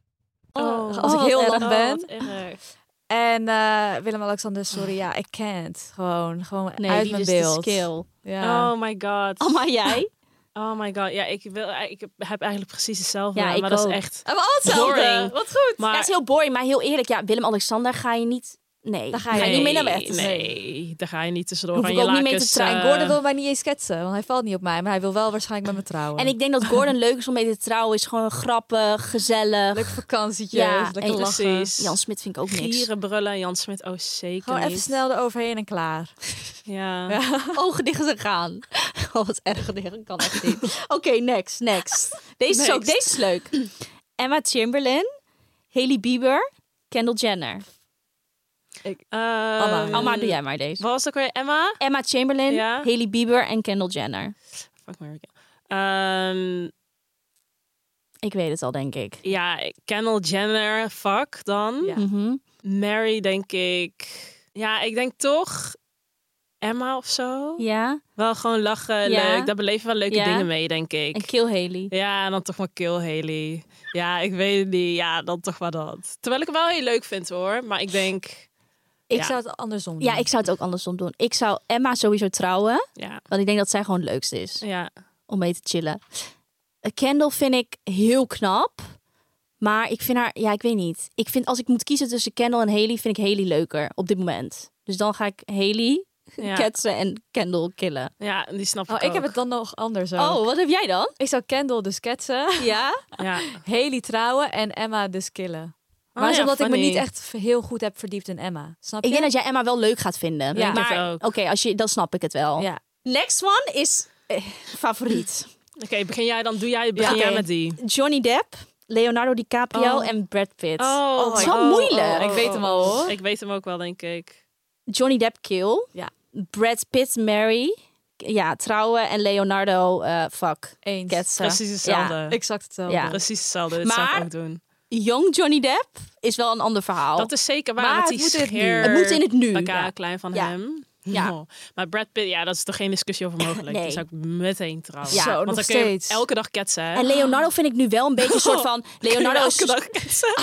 Speaker 1: Oh, als ik heel
Speaker 3: wat
Speaker 1: lang
Speaker 3: erg.
Speaker 1: ben.
Speaker 3: Oh, wat erg.
Speaker 1: En eh, Willem-Alexander, sorry, ja, ik can't. Gewoon, gewoon
Speaker 5: Ah. Nee,
Speaker 1: uit
Speaker 5: die
Speaker 1: mijn
Speaker 5: is
Speaker 1: beeld.
Speaker 5: de skill.
Speaker 1: Ja.
Speaker 3: Oh my god.
Speaker 5: *laughs* Oh, maar *laughs* jij?
Speaker 3: Oh my god. Ja, ik, wil, ik heb eigenlijk precies hetzelfde.
Speaker 5: Ja,
Speaker 3: maar
Speaker 5: ik
Speaker 3: dat is
Speaker 5: ook.
Speaker 3: echt...
Speaker 1: En we al hetzelfde.
Speaker 3: Boring.
Speaker 1: Wat goed.
Speaker 5: Ja,
Speaker 3: Maar,
Speaker 5: het is heel boring, maar heel eerlijk. Ja, Willem-Alexander ga je niet... Nee,
Speaker 1: Daar
Speaker 5: daar
Speaker 1: ga
Speaker 5: ga
Speaker 1: je
Speaker 5: je niet mee naar
Speaker 3: nee,
Speaker 5: bed.
Speaker 3: Nee, daar ga je niet tussendoor
Speaker 5: Hoef
Speaker 3: van
Speaker 5: ik
Speaker 3: je
Speaker 5: ook niet mee te
Speaker 3: lakens,
Speaker 5: treinen.
Speaker 3: eh,
Speaker 1: Gordon wil mij niet eens schetsen, want hij valt niet op mij. Maar hij wil wel waarschijnlijk met me trouwen.
Speaker 5: En ik denk dat Gordon leuk is om mee te trouwen. Is gewoon grappig, gezellig.
Speaker 1: Leuk vakantietje,
Speaker 5: Ja,
Speaker 1: lekker
Speaker 5: en
Speaker 1: lachen.
Speaker 3: Precies.
Speaker 5: Jan Smit vind ik ook niks.
Speaker 3: Gieren, brullen, Jan Smit. Oh, zeker
Speaker 1: Gewoon
Speaker 3: niet.
Speaker 1: even snel eroverheen en klaar.
Speaker 3: Ja.
Speaker 5: *laughs* Ogen dicht en gaan. *laughs* Oh, wat erg dicht. Ik kan echt niet. *laughs* Oké, next, next. *laughs* Deze is ook, deze is leuk. *clears throat* Emma Chamberlain, Haley Bieber, Kendall Jenner.
Speaker 3: Ehm,
Speaker 1: Amma.
Speaker 5: Alma, doe jij maar deze.
Speaker 3: Wat was het ook weer? Emma?
Speaker 5: Emma Chamberlain,
Speaker 3: Ja?
Speaker 5: Haley Bieber en Kendall Jenner.
Speaker 3: Fuck Mary Kill. Ehm,
Speaker 5: Ik weet het al, denk ik.
Speaker 3: ja, Kendall Jenner. Fuck dan.
Speaker 1: Ja.
Speaker 5: Mhm.
Speaker 3: Mary, denk ik. Ja, ik denk toch Emma of zo.
Speaker 5: Ja,
Speaker 3: Wel gewoon lachen,
Speaker 5: Ja.
Speaker 3: leuk. Daar beleven we wel leuke
Speaker 5: Ja.
Speaker 3: dingen mee, denk ik.
Speaker 5: en Kill Haley.
Speaker 3: Ja, en dan toch maar Kill Haley. Ja, ik weet het niet. Ja, dan toch maar dat. Terwijl ik hem wel heel leuk vind hoor. Maar ik denk,
Speaker 1: Ik
Speaker 3: Ja.
Speaker 1: zou het andersom doen.
Speaker 5: Ja, ik zou het ook andersom doen. Ik zou Emma sowieso trouwen,
Speaker 3: ja,
Speaker 5: want ik denk dat zij gewoon het leukste is.
Speaker 1: *laughs*
Speaker 3: ja.
Speaker 5: om mee te chillen. Eh, Kendall vind ik heel knap. Maar ik vind haar, ja, ik weet niet. Ik vind als ik moet kiezen tussen Kendall en Haley, vind ik Haley leuker op dit moment. Dus dan ga ik Haley
Speaker 3: Ja,
Speaker 5: ketsen en Kendall killen.
Speaker 3: ja die snap ik
Speaker 1: Oh, ik heb
Speaker 3: ook.
Speaker 1: het dan nog anders ook.
Speaker 5: Oh, wat heb jij dan?
Speaker 1: Ik zou Kendall dus ketsen,
Speaker 5: Ja?
Speaker 3: Ja.
Speaker 1: Haley trouwen en Emma dus killen. maar dat is
Speaker 3: Oh, ja,
Speaker 1: omdat ik me
Speaker 3: funny.
Speaker 1: niet echt heel goed heb verdiept in Emma. Snap
Speaker 5: Ik
Speaker 1: je?
Speaker 5: denk dat jij Emma wel leuk gaat vinden.
Speaker 1: Ja.
Speaker 3: Ik
Speaker 5: maar
Speaker 3: het ook.
Speaker 5: oké, als je, dan snap ik het wel.
Speaker 1: Ja.
Speaker 5: Next one is eh, favoriet.
Speaker 3: Oké, begin jij dan. Doe jij, begin
Speaker 5: Ja.
Speaker 3: jij
Speaker 5: Oké.
Speaker 3: met die.
Speaker 5: Johnny Depp, Leonardo DiCaprio
Speaker 3: Oh.
Speaker 5: en Brad Pitt.
Speaker 3: Oh,
Speaker 5: het is wel moeilijk.
Speaker 1: Ik weet hem al, hoor.
Speaker 3: Ik weet hem ook wel, denk ik.
Speaker 5: Johnny Depp kill.
Speaker 1: Ja.
Speaker 5: Brad Pitt marry. Ja, trouwen. En Leonardo, eh, fuck,
Speaker 1: Eens.
Speaker 5: ketsen.
Speaker 3: Precies hetzelfde.
Speaker 1: Exact hetzelfde.
Speaker 5: Ja.
Speaker 3: Precies hetzelfde. Dat zou
Speaker 5: Maar-
Speaker 3: ik ook doen.
Speaker 5: Young Johnny Depp is wel een ander verhaal.
Speaker 3: Dat is zeker waar.
Speaker 1: Maar
Speaker 3: want
Speaker 1: het
Speaker 3: die
Speaker 1: moet in het nu.
Speaker 3: scheer
Speaker 5: Het moet in het nu,
Speaker 3: elkaar
Speaker 5: ja.
Speaker 3: klein van
Speaker 5: Ja.
Speaker 3: hem.
Speaker 5: Ja.
Speaker 3: Oh. Maar Brad Pitt, ja, dat is toch geen discussie over mogelijk.
Speaker 5: Nee.
Speaker 3: Die zou ik meteen trouwen.
Speaker 5: Ja. Zo,
Speaker 3: Want
Speaker 1: nog
Speaker 3: dan kun je
Speaker 1: steeds.
Speaker 3: elke dag ketsen. hè?
Speaker 5: En Leonardo vind ik nu wel een beetje een
Speaker 3: *laughs*
Speaker 5: soort van... Leonardo is... Nou,
Speaker 3: elke dag
Speaker 5: *laughs*
Speaker 3: ketsen.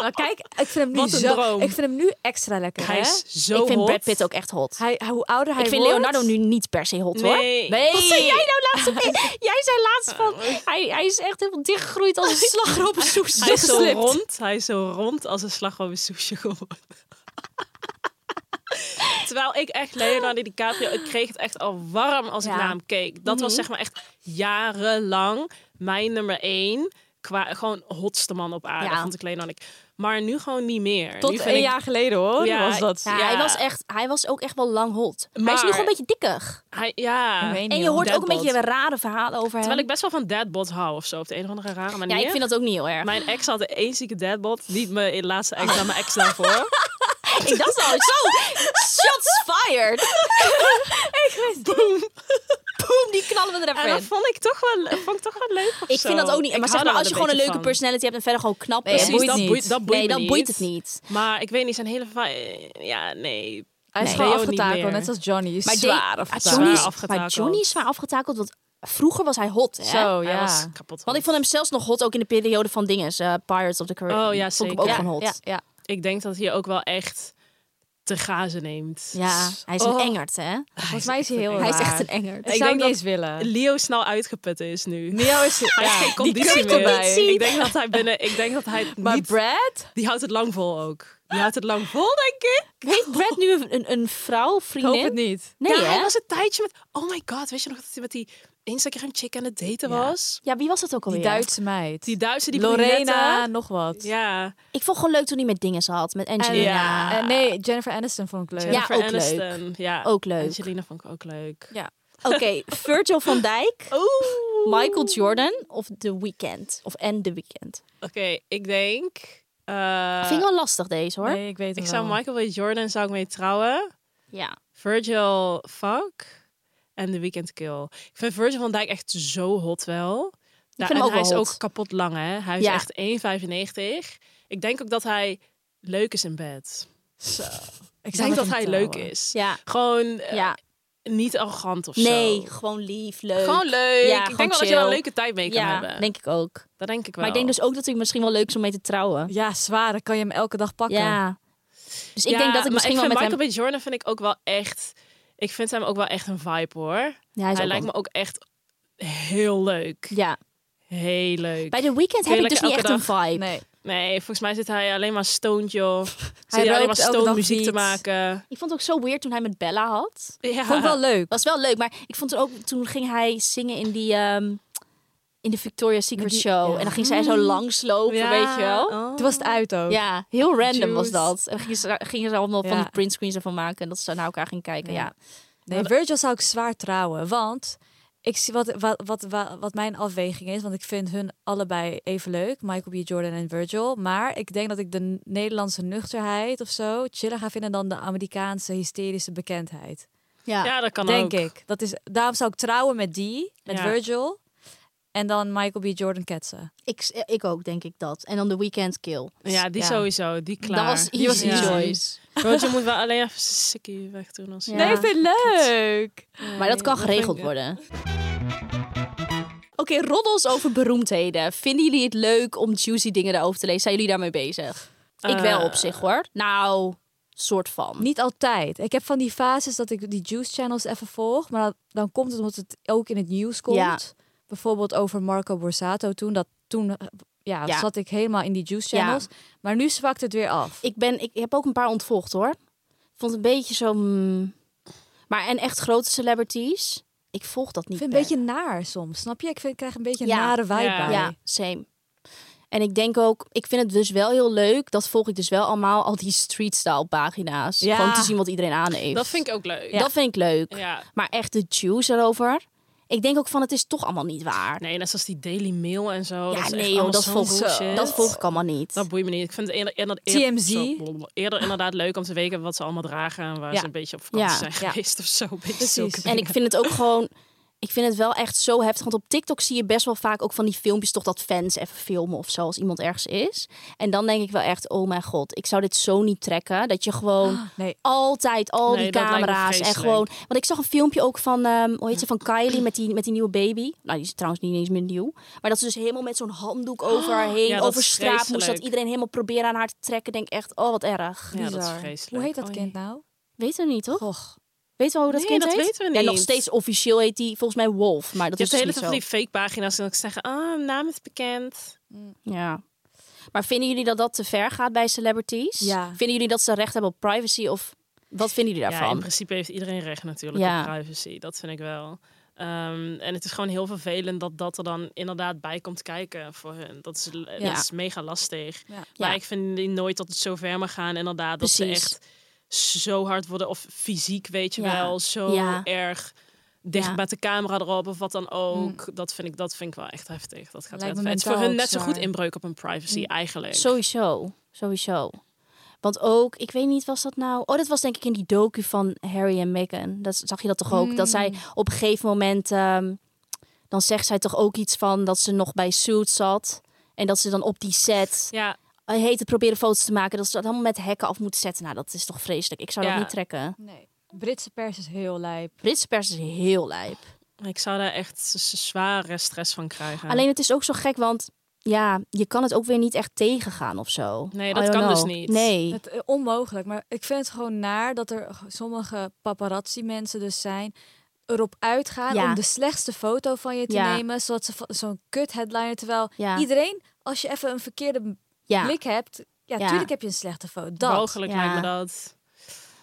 Speaker 1: Maar kijk, ik vind hem nu,
Speaker 3: Wat een
Speaker 1: zo,
Speaker 3: droom.
Speaker 1: ik vind hem nu extra lekker.
Speaker 3: Hij
Speaker 1: hè?
Speaker 3: is zo
Speaker 5: Ik vind
Speaker 3: hot.
Speaker 5: Brad Pitt ook echt hot.
Speaker 1: Hij, hij- hoe ouder hij
Speaker 5: ik vind
Speaker 1: wordt-
Speaker 5: Leonardo nu niet per se hot, hoor.
Speaker 3: Nee.
Speaker 5: Wat zei jij nou laatst? *laughs* op- jij zei laatst van... Hij, hij is echt helemaal dichtgegroeid *laughs* als een slagroom op een soes.
Speaker 3: Hij is zo
Speaker 5: Doorgeslipt.
Speaker 3: rond. Hij is zo rond als een slagroom sushi geworden. *laughs* Terwijl ik echt Leonardo DiCaprio, ik kreeg het echt al warm als
Speaker 1: Ja.
Speaker 5: Mhm.
Speaker 3: ik naar hem keek. Dat was zeg maar echt jarenlang mijn nummer één. Qua, gewoon hotste man op aarde,
Speaker 5: Ja.
Speaker 3: vond ik Lena en ik. Maar nu gewoon niet meer. Nu
Speaker 1: Tot
Speaker 3: vind
Speaker 1: een
Speaker 3: ik-
Speaker 1: jaar geleden hoor,
Speaker 3: Ja,
Speaker 1: was dat.
Speaker 5: Ja,
Speaker 3: Ja.
Speaker 5: Hij, was echt, hij was ook echt wel lang hot. hij is nu
Speaker 3: Maar-
Speaker 5: gewoon een beetje dikkig.
Speaker 3: Hij, ja.
Speaker 1: Ik weet niet,
Speaker 5: En je
Speaker 1: joh.
Speaker 5: hoort ook
Speaker 3: Deadbot.
Speaker 5: een beetje rare verhalen over hem.
Speaker 3: Terwijl ik best wel van deadbot hou of zo. Op de een of andere rare manier.
Speaker 5: ja, ik vind dat ook niet heel erg.
Speaker 3: Mijn ex had één zieke deadbot. Niet mijn laatste
Speaker 5: *laughs*
Speaker 3: ex, maar mijn ex daarvoor.
Speaker 5: ik dacht al,
Speaker 3: *laughs*
Speaker 5: zo, shots fired. *laughs* ik weet Boom. Boom, die knallen we er even
Speaker 3: En dat
Speaker 5: in.
Speaker 3: vond ik toch wel, vond ik toch wel leuk of
Speaker 5: Ik
Speaker 3: zo.
Speaker 5: vind dat ook niet.
Speaker 3: Ik
Speaker 5: Maar
Speaker 3: hou
Speaker 5: zeg maar,
Speaker 3: daar
Speaker 5: als je
Speaker 3: wel
Speaker 5: gewoon een leuke
Speaker 3: beetje van.
Speaker 5: personality hebt en verder gewoon knap
Speaker 1: Nee,
Speaker 5: bent.
Speaker 3: Precies,
Speaker 1: boeit
Speaker 3: dat
Speaker 1: niet.
Speaker 3: boeit, dat boeit
Speaker 5: nee,
Speaker 3: me
Speaker 5: dan boeit het niet.
Speaker 3: Maar ik weet niet, zijn hele... vi- Ja, nee.
Speaker 1: Hij is
Speaker 3: Nee.
Speaker 1: gewoon
Speaker 3: Leo niet
Speaker 1: afgetakeld,
Speaker 3: meer.
Speaker 1: net als Johnny. Is
Speaker 5: Maar
Speaker 1: zwaar
Speaker 5: Dave-
Speaker 1: afgetakeld.
Speaker 5: Johnny is,
Speaker 3: Zwaar
Speaker 5: maar
Speaker 3: afgetakeld.
Speaker 5: Johnny is zwaar afgetakeld, want vroeger was hij hot, hè?
Speaker 1: Zo,
Speaker 3: Hij
Speaker 1: ja.
Speaker 3: was kapot.
Speaker 5: Oh, Want ik vond hem zelfs nog hot ook in de periode van dingen, eh, Pirates of the Caribbean.
Speaker 3: Oh, ja,
Speaker 5: Vond ik
Speaker 3: zeker.
Speaker 5: hem ook
Speaker 1: ja,
Speaker 5: gewoon hot.
Speaker 1: Ja, ja.
Speaker 3: Ik denk dat hij ook wel echt te gazen neemt.
Speaker 5: Ja, hij is
Speaker 1: Oh.
Speaker 5: een engert, hè?
Speaker 1: Volgens mij is hij heel
Speaker 5: Hij is
Speaker 1: raar.
Speaker 5: echt een engert.
Speaker 1: Ik
Speaker 3: Ik
Speaker 1: zou
Speaker 3: denk
Speaker 1: niet
Speaker 3: dat-
Speaker 1: eens willen.
Speaker 3: Leo snel uitgeput is nu.
Speaker 1: Neo is...
Speaker 3: Hij heeft geen
Speaker 1: Ja.
Speaker 3: conditie
Speaker 1: kunnen we
Speaker 3: meer.
Speaker 1: niet zien.
Speaker 3: Ik denk dat hij binnen... Ik denk dat hij het
Speaker 1: Maar
Speaker 3: niet...
Speaker 1: Brad?
Speaker 3: Die houdt het lang vol ook. Die houdt het lang vol, denk ik.
Speaker 5: Heeft Brad nu een, een, een vrouw,
Speaker 1: Ik hoop
Speaker 5: vriendin?
Speaker 1: het niet.
Speaker 5: Nee,
Speaker 3: ja, hij
Speaker 5: hè?
Speaker 3: was een tijdje met... Oh my god, weet je nog dat hij met die Instagram-chick aan het daten was?
Speaker 5: Ja, wie was dat ook
Speaker 1: Die
Speaker 5: alweer?
Speaker 1: Oh, Duitse meid.
Speaker 3: Die Duitse, die
Speaker 1: Lorena,
Speaker 3: brunette.
Speaker 1: nog wat.
Speaker 3: Ja.
Speaker 5: Ik vond gewoon leuk toen hij met dingen had, met
Speaker 1: En, eh,
Speaker 5: Angelina.
Speaker 3: Ja.
Speaker 1: en nee, Jennifer Aniston vond ik leuk.
Speaker 5: Ja.
Speaker 3: Jennifer
Speaker 5: ook
Speaker 3: Aniston.
Speaker 5: leuk.
Speaker 3: Ja,
Speaker 5: Ook leuk.
Speaker 3: Angelina vond ik ook leuk.
Speaker 5: Oké, Virgil van Dijk,
Speaker 3: Oeh.
Speaker 5: Michael Jordan of The Weeknd. Of en The Weeknd.
Speaker 3: Oké, ik denk... eh,
Speaker 5: Vind ik wel lastig deze, hoor.
Speaker 1: Nee, ik weet het
Speaker 3: ik
Speaker 1: wel.
Speaker 3: zou Michael B. Jordan zou ik mee trouwen.
Speaker 5: Ja.
Speaker 3: Virgil, fuck. En The Weeknd Kill. Ik vind Virgil van Dijk echt zo hot wel. Ja,
Speaker 5: vind hem
Speaker 3: en
Speaker 5: ook
Speaker 3: hij
Speaker 5: wel
Speaker 3: is
Speaker 5: hot.
Speaker 3: ook kapot lang, hè? Hij is
Speaker 5: Ja.
Speaker 3: echt 1,95. Ik denk ook dat hij leuk is in bed.
Speaker 1: Ik
Speaker 3: Ik
Speaker 1: zou
Speaker 3: denk
Speaker 1: met
Speaker 3: dat
Speaker 1: hem
Speaker 3: hij
Speaker 1: trouwen.
Speaker 3: leuk is.
Speaker 5: Ja.
Speaker 3: Gewoon eh,
Speaker 5: ja.
Speaker 3: niet arrogant of
Speaker 5: Nee,
Speaker 3: zo.
Speaker 5: gewoon lief, leuk.
Speaker 3: Gewoon leuk.
Speaker 5: Ja,
Speaker 3: ik
Speaker 5: gewoon
Speaker 3: denk wel dat je wel een
Speaker 5: chill.
Speaker 3: leuke tijd mee kan
Speaker 5: ja,
Speaker 3: hebben.
Speaker 5: denk ik ook.
Speaker 3: dat denk ik wel.
Speaker 5: Maar ik denk dus ook dat hij misschien wel leuk is om mee te trouwen.
Speaker 1: Ja, zwaar. Dan kan je hem elke dag pakken.
Speaker 5: Ja. Dus ik
Speaker 3: Ja,
Speaker 5: denk dat ik
Speaker 3: maar
Speaker 5: misschien wel
Speaker 3: vind
Speaker 5: met
Speaker 3: Michael
Speaker 5: hem...
Speaker 3: B. Jordan vind ik ook wel echt... Ik vind hem ook wel echt een vibe, hoor.
Speaker 5: Ja, hij is
Speaker 3: hij
Speaker 5: ook
Speaker 3: lijkt
Speaker 5: wel-
Speaker 3: me ook echt heel leuk.
Speaker 5: Ja.
Speaker 3: Heel leuk.
Speaker 5: Bij The Weeknd
Speaker 3: Kun
Speaker 5: heb
Speaker 3: je
Speaker 5: ik dus
Speaker 3: lekker
Speaker 5: niet echt
Speaker 3: elke
Speaker 5: een vibe.
Speaker 1: Nee.
Speaker 3: Nee, volgens mij zit hij alleen maar stoned, joh. Zit hij alleen maar
Speaker 1: rookt elke
Speaker 3: stoned
Speaker 1: dag
Speaker 3: muziek te
Speaker 1: wiet.
Speaker 3: maken.
Speaker 5: Ik vond het ook zo weird toen hij met Bella had.
Speaker 3: Ja.
Speaker 1: Vond ik wel leuk.
Speaker 5: Was wel leuk, maar ik vond het ook... Toen ging hij zingen in die... ehm, in de Victoria's Secret
Speaker 1: die-
Speaker 5: Show.
Speaker 1: ja.
Speaker 5: En dan ging zij zo langslopen,
Speaker 3: Ja.
Speaker 5: weet je wel.
Speaker 3: Oh.
Speaker 1: Toen was het uit ook.
Speaker 5: Ja, heel random was
Speaker 3: Juice.
Speaker 5: dat. En dan gingen ze, gingen ze allemaal van
Speaker 1: Ja.
Speaker 5: die printscreens ervan maken. En dat ze naar elkaar gingen kijken, ja.
Speaker 1: Nee, Virgil zou ik zwaar trouwen. Want ik zie wat, wat, wat, wat, wat mijn afweging is. Want ik vind hun allebei even leuk. Michael B. Jordan en Virgil. Maar ik denk dat ik de Nederlandse nuchterheid of zo chiller ga vinden dan de Amerikaanse hysterische bekendheid.
Speaker 5: Ja.
Speaker 3: Ja, dat kan
Speaker 1: denk
Speaker 3: ook.
Speaker 1: ik. Dat is, daarom zou ik trouwen met die, met
Speaker 3: Ja.
Speaker 1: Virgil. En dan Michael B. Jordan ketsen.
Speaker 5: Ik, ik ook, denk ik dat. En dan The Weeknd Kill.
Speaker 3: Ja, die
Speaker 1: Ja.
Speaker 3: sowieso. Die klaar.
Speaker 5: Dat was easy
Speaker 1: Die was easy.
Speaker 5: choice.
Speaker 3: Want je moet wel alleen even zijn sikkie weg doen. Als je-
Speaker 5: Ja. Nee, ik
Speaker 1: vind leuk.
Speaker 5: Maar dat kan
Speaker 3: vind
Speaker 5: geregeld
Speaker 3: ik-
Speaker 5: worden. Oké, roddels over beroemdheden. Vinden jullie het leuk om juicy dingen daarover te lezen? Zijn jullie daarmee bezig? ik wel op zich hoor. Nou, soort van.
Speaker 1: Niet altijd. Ik heb van die fases dat ik die juice channels even volg. Maar dan, dan komt het omdat het ook in het nieuws komt.
Speaker 5: Ja.
Speaker 1: Bijvoorbeeld over Marco Borsato toen. Dat, toen eh, ja,
Speaker 5: Ja.
Speaker 1: zat ik helemaal in die juice
Speaker 5: Ja.
Speaker 1: channels. Maar nu zwakt het weer af.
Speaker 5: Ik, ben, ik heb ook een paar ontvolgd hoor. Vond het een beetje zo... mm. Maar en echt grote celebrities? Ik volg dat
Speaker 1: ik
Speaker 5: niet
Speaker 1: vind
Speaker 5: per-
Speaker 1: het een beetje naar soms. Snap je? Ik, vind, ik krijg een beetje een
Speaker 5: Ja.
Speaker 1: nare vibe
Speaker 3: Ja.
Speaker 1: bij.
Speaker 5: Ja, same. En ik denk ook, ik vind het dus wel heel leuk. Dat volg ik dus wel allemaal, al die streetstyle pagina's.
Speaker 1: Ja.
Speaker 5: Gewoon te zien wat iedereen aan heeft.
Speaker 3: Dat vind ik ook leuk.
Speaker 5: Dat vind ik leuk.
Speaker 3: Ja.
Speaker 5: Maar echt de juice erover. Ik denk ook van het is toch allemaal niet waar.
Speaker 3: Nee, net zoals die Daily Mail en zo.
Speaker 5: ja,
Speaker 3: dat is
Speaker 5: nee
Speaker 3: echt
Speaker 5: joh,
Speaker 3: allemaal
Speaker 5: dat
Speaker 3: zo'n
Speaker 5: volg,
Speaker 3: bullshit.
Speaker 5: dat volg ik allemaal niet.
Speaker 3: Dat boeit me niet. Ik vind het eerder, eerder,
Speaker 1: TMZ.
Speaker 3: zo- eerder inderdaad leuk om te weten wat ze allemaal dragen en waar
Speaker 1: Ja.
Speaker 3: ze een beetje op vakantie
Speaker 5: Ja.
Speaker 3: zijn
Speaker 1: Ja.
Speaker 3: geweest of zo. Een beetje
Speaker 1: Precies.
Speaker 3: zulke
Speaker 1: En
Speaker 5: En
Speaker 3: dingen.
Speaker 5: ik vind het ook gewoon. Ik vind het wel echt zo heftig. Want op TikTok zie je best wel vaak ook van die filmpjes, toch dat fans even filmen of zo als iemand ergens is. En dan denk ik wel echt, oh mijn god, ik zou dit zo niet trekken. Dat je gewoon
Speaker 3: *gasps*
Speaker 1: nee.
Speaker 5: altijd al
Speaker 3: Nee,
Speaker 5: die
Speaker 3: dat lijkt me
Speaker 5: camera's en
Speaker 3: vreselijk.
Speaker 5: gewoon. Want ik zag een filmpje ook van, ehm, hoe heet ze, van Kylie met die, met die nieuwe baby. Nou, die is trouwens niet eens meer nieuw. Maar dat ze dus helemaal met zo'n handdoek over
Speaker 3: *gasps*
Speaker 5: haar heen,
Speaker 3: Ja, dat
Speaker 5: over
Speaker 3: is
Speaker 5: straat moest. Dat
Speaker 3: vreselijk.
Speaker 5: iedereen helemaal proberen aan haar te trekken. Denk echt, oh wat erg.
Speaker 3: Ja, dat is
Speaker 1: Bizar.
Speaker 3: vreselijk.
Speaker 1: Hoe heet dat
Speaker 3: Oei.
Speaker 1: kind nou?
Speaker 5: Weet we niet, toch?
Speaker 1: Och.
Speaker 5: Weet wel hoe dat
Speaker 3: Nee,
Speaker 5: kind
Speaker 3: dat
Speaker 5: heet?
Speaker 3: weten we
Speaker 5: Ja, nog
Speaker 3: niet.
Speaker 5: steeds officieel heet die volgens mij Wolf, maar dat
Speaker 3: Je
Speaker 5: is
Speaker 3: hebt de hele
Speaker 5: dus
Speaker 3: tijd van die
Speaker 5: niet
Speaker 3: fake pagina's en dan zeggen, ah, naam is bekend.
Speaker 5: zo. Ja. Maar vinden jullie dat dat te ver gaat bij celebrities?
Speaker 1: Ja.
Speaker 5: Vinden jullie dat ze recht hebben op privacy of wat vinden jullie
Speaker 3: Ja, in
Speaker 5: daarvan?
Speaker 3: principe heeft iedereen recht natuurlijk
Speaker 5: Ja.
Speaker 3: op privacy. Dat vind ik wel. Eh, Ehm, en het is gewoon heel vervelend dat dat er dan inderdaad bij komt kijken voor hun. Dat is, dat
Speaker 1: Ja.
Speaker 3: is mega lastig.
Speaker 1: Ja.
Speaker 3: Maar
Speaker 5: Ja.
Speaker 3: ik vind die nooit dat het zo ver mag gaan. Inderdaad, dat ze
Speaker 5: Precies.
Speaker 3: echt zo hard worden. Of fysiek, weet je
Speaker 5: Ja.
Speaker 3: wel. Zo
Speaker 5: Ja. Mm.
Speaker 3: erg dicht
Speaker 5: Ja.
Speaker 3: met de camera erop of wat dan ook. Dat, vind ik, dat vind ik wel echt heftig. Dat gaat
Speaker 1: Lijkt
Speaker 3: echt
Speaker 1: me
Speaker 3: ver. Het is voor
Speaker 1: mentaal
Speaker 3: hun net
Speaker 1: ook
Speaker 3: zo goed
Speaker 1: zwaar.
Speaker 3: inbreuk op hun privacy eigenlijk.
Speaker 5: Mm. Sowieso, sowieso. Want ook, ik weet niet, was dat nou... Oh, dat was denk ik in die docu van Harry en Meghan. Dat, zag je dat toch ook? Dat zij op een gegeven moment... ehm, dan zegt zij toch ook iets van dat ze nog bij Suits zat. En dat ze dan op die set
Speaker 3: Ja,
Speaker 5: eh, heet het proberen foto's te maken. Dat ze dat helemaal met hekken af moeten zetten. Nou, dat is toch vreselijk. Ik zou
Speaker 3: Ja.
Speaker 5: dat niet trekken.
Speaker 1: Nee. Britse pers is heel lijp.
Speaker 5: Britse pers is heel lijp.
Speaker 3: ik zou daar echt z- zware stress van krijgen.
Speaker 5: Alleen het is ook zo gek, want ja, je kan het ook weer niet echt tegengaan of zo.
Speaker 3: Nee,
Speaker 5: I
Speaker 3: dat
Speaker 5: don't
Speaker 3: kan dus
Speaker 5: know.
Speaker 3: niet.
Speaker 5: Nee.
Speaker 1: Het, eh, onmogelijk. Maar ik vind het gewoon naar dat er g- sommige paparazzi mensen dus zijn erop uitgaan
Speaker 5: Ja.
Speaker 1: om de slechtste foto van je te
Speaker 5: Ja.
Speaker 1: nemen, zodat ze va- zo'n kut headliner terwijl
Speaker 5: Ja.
Speaker 1: iedereen als je even een verkeerde
Speaker 5: Ja.
Speaker 1: blik hebt, ja,
Speaker 5: Ja.
Speaker 1: tuurlijk heb je een slechte foto. Dat.
Speaker 3: Mogelijk lijkt me
Speaker 5: ja.
Speaker 3: dat.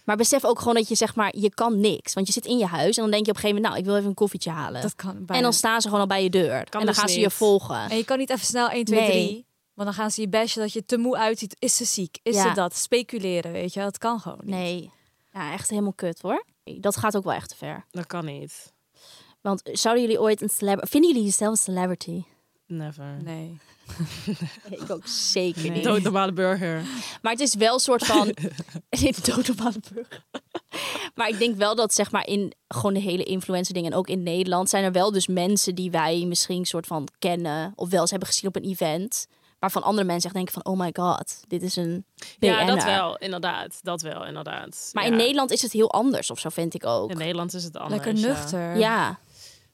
Speaker 5: Maar besef ook gewoon dat je zeg maar, je kan niks. Want je zit in je huis en dan denk je op een gegeven moment, nou, ik wil even een koffietje halen.
Speaker 1: Dat kan bijna.
Speaker 5: en dan staan ze gewoon al bij je deur. en dan
Speaker 3: dus
Speaker 5: gaan ze je
Speaker 3: niet.
Speaker 5: volgen.
Speaker 1: En je kan niet even snel 1, 2,
Speaker 5: Nee.
Speaker 1: 3. Want dan gaan ze je bashen dat je te moe uitziet. Is ze ziek? Is
Speaker 5: Ja.
Speaker 1: ze dat? Speculeren, weet je. wel. Dat kan gewoon niet.
Speaker 5: Nee. Ja, echt helemaal kut hoor. Dat gaat ook wel echt te ver.
Speaker 3: Dat kan niet.
Speaker 5: Want zouden jullie ooit een celebrity... Vinden jullie jezelf een celebrity?
Speaker 3: Never.
Speaker 1: Nee.
Speaker 5: *laughs* Ik ook zeker niet.
Speaker 3: Dood normale
Speaker 5: *laughs*
Speaker 3: burger.
Speaker 5: Maar het is wel een soort van. *laughs* dood op burger. *laughs* maar ik denk wel dat, zeg maar, in gewoon de hele influencer ding en ook in Nederland zijn er wel dus mensen die wij misschien soort van kennen of wel eens hebben gezien op een event. Waarvan andere mensen echt denken van, oh my god, dit is een
Speaker 3: Ja, dat
Speaker 5: BN'er.
Speaker 3: wel, inderdaad. Dat wel, inderdaad.
Speaker 5: Maar
Speaker 3: Ja.
Speaker 5: in Nederland is het heel anders of zo, vind ik ook.
Speaker 3: In Nederland is het anders.
Speaker 1: Lekker
Speaker 3: ja.
Speaker 1: nuchter.
Speaker 5: Ja,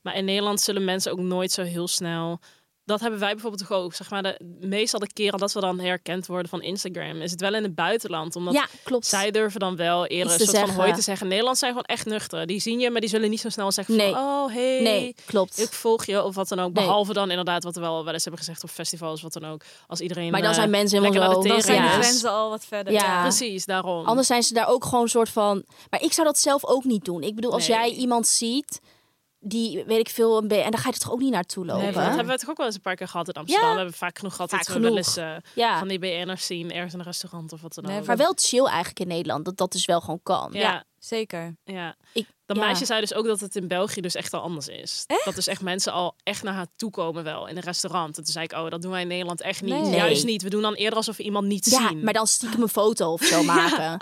Speaker 3: Maar in Nederland zullen mensen ook nooit zo heel snel. Dat hebben wij bijvoorbeeld toch ook. Zeg maar, de, meestal de keren dat we dan herkend worden van Instagram, is het wel in het buitenland. Omdat
Speaker 5: ja klopt.
Speaker 3: zij durven dan wel eerder een
Speaker 5: Iets te
Speaker 3: soort van
Speaker 5: zeggen.
Speaker 3: hooi te zeggen. Nederland zijn gewoon echt nuchter. Die zien je, maar die zullen niet zo snel zeggen
Speaker 5: Nee.
Speaker 3: van, oh hey,
Speaker 5: Nee, klopt.
Speaker 3: ik volg je of wat dan ook.
Speaker 5: Nee.
Speaker 3: Behalve dan inderdaad wat we wel wel eens hebben gezegd op festivals, wat dan ook. Als iedereen.
Speaker 5: Maar dan
Speaker 3: eh,
Speaker 5: zijn mensen helemaal
Speaker 3: lekker
Speaker 5: zo,
Speaker 3: naar
Speaker 5: dan
Speaker 1: Dan zijn
Speaker 3: de tering
Speaker 5: Ja.
Speaker 1: de
Speaker 3: is.
Speaker 1: grenzen al wat verder.
Speaker 5: Ja.
Speaker 3: Precies, daarom.
Speaker 5: Anders zijn ze daar ook gewoon een soort van. Maar ik zou dat zelf ook niet doen. Ik bedoel, als
Speaker 3: Nee.
Speaker 5: jij iemand ziet die, weet ik veel, een B- en dan ga je er toch ook niet naartoe lopen.
Speaker 3: Nee, dat hebben we toch ook wel eens een paar keer gehad in Amsterdam.
Speaker 5: Ja.
Speaker 3: We hebben vaak genoeg gehad
Speaker 5: Vaak
Speaker 3: dat we wel eens
Speaker 5: genoeg.
Speaker 3: eh,
Speaker 5: Ja.
Speaker 3: van die BN'ers zien ergens in een restaurant of wat dan
Speaker 1: Nee,
Speaker 3: ook.
Speaker 5: Maar wel chill eigenlijk in Nederland, dat dat dus wel gewoon kan.
Speaker 3: Ja,
Speaker 1: Zeker.
Speaker 3: ja.
Speaker 5: Ik,
Speaker 3: Dat
Speaker 5: ja.
Speaker 3: meisje zei dus ook dat het in België dus echt al anders is. Dat dus echt mensen al echt naar haar toe komen wel in een restaurant. En toen zei ik, oh, dat doen wij in Nederland echt niet.
Speaker 1: Nee.
Speaker 3: Juist niet. We doen dan eerder alsof we iemand niet
Speaker 5: Ja,
Speaker 3: zien.
Speaker 5: maar dan stiekem een foto of
Speaker 3: *laughs*
Speaker 5: zo maken.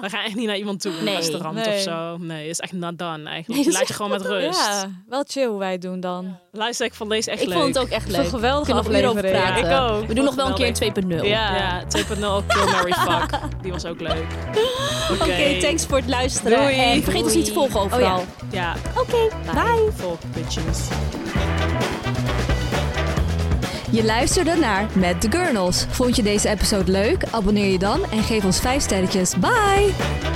Speaker 3: We gaan echt niet naar iemand toe in
Speaker 5: Nee.
Speaker 3: een restaurant
Speaker 1: Nee.
Speaker 3: of zo. Nee, is echt not done
Speaker 5: Nee,
Speaker 3: eigenlijk.
Speaker 5: dat is
Speaker 3: Laat je gewoon met rust.
Speaker 1: Ja, wel chill hoe wij het doen dan.
Speaker 3: Luister, ik vond deze echt
Speaker 5: Ik
Speaker 3: leuk.
Speaker 5: vond het ook echt leuk.
Speaker 1: een geweldige
Speaker 5: We kunnen nog uren over
Speaker 1: aflevering.
Speaker 5: praten.
Speaker 3: Ik ook.
Speaker 5: We doen nog wel een keer een 2.0.
Speaker 3: Ja, ja 2.0 Kill
Speaker 5: *laughs*
Speaker 3: Mary Fuck. Die was ook leuk. Oké,
Speaker 5: Oké, thanks voor het luisteren.
Speaker 3: Doei. Oh
Speaker 5: En vergeet ons niet te volgen overal.
Speaker 3: Ja,
Speaker 5: Oké, bye.
Speaker 3: fuck bitches.
Speaker 1: Je luisterde naar Met de Gurnels. Vond je deze episode leuk? Abonneer je dan en geef ons 5 sterretjes. Bye!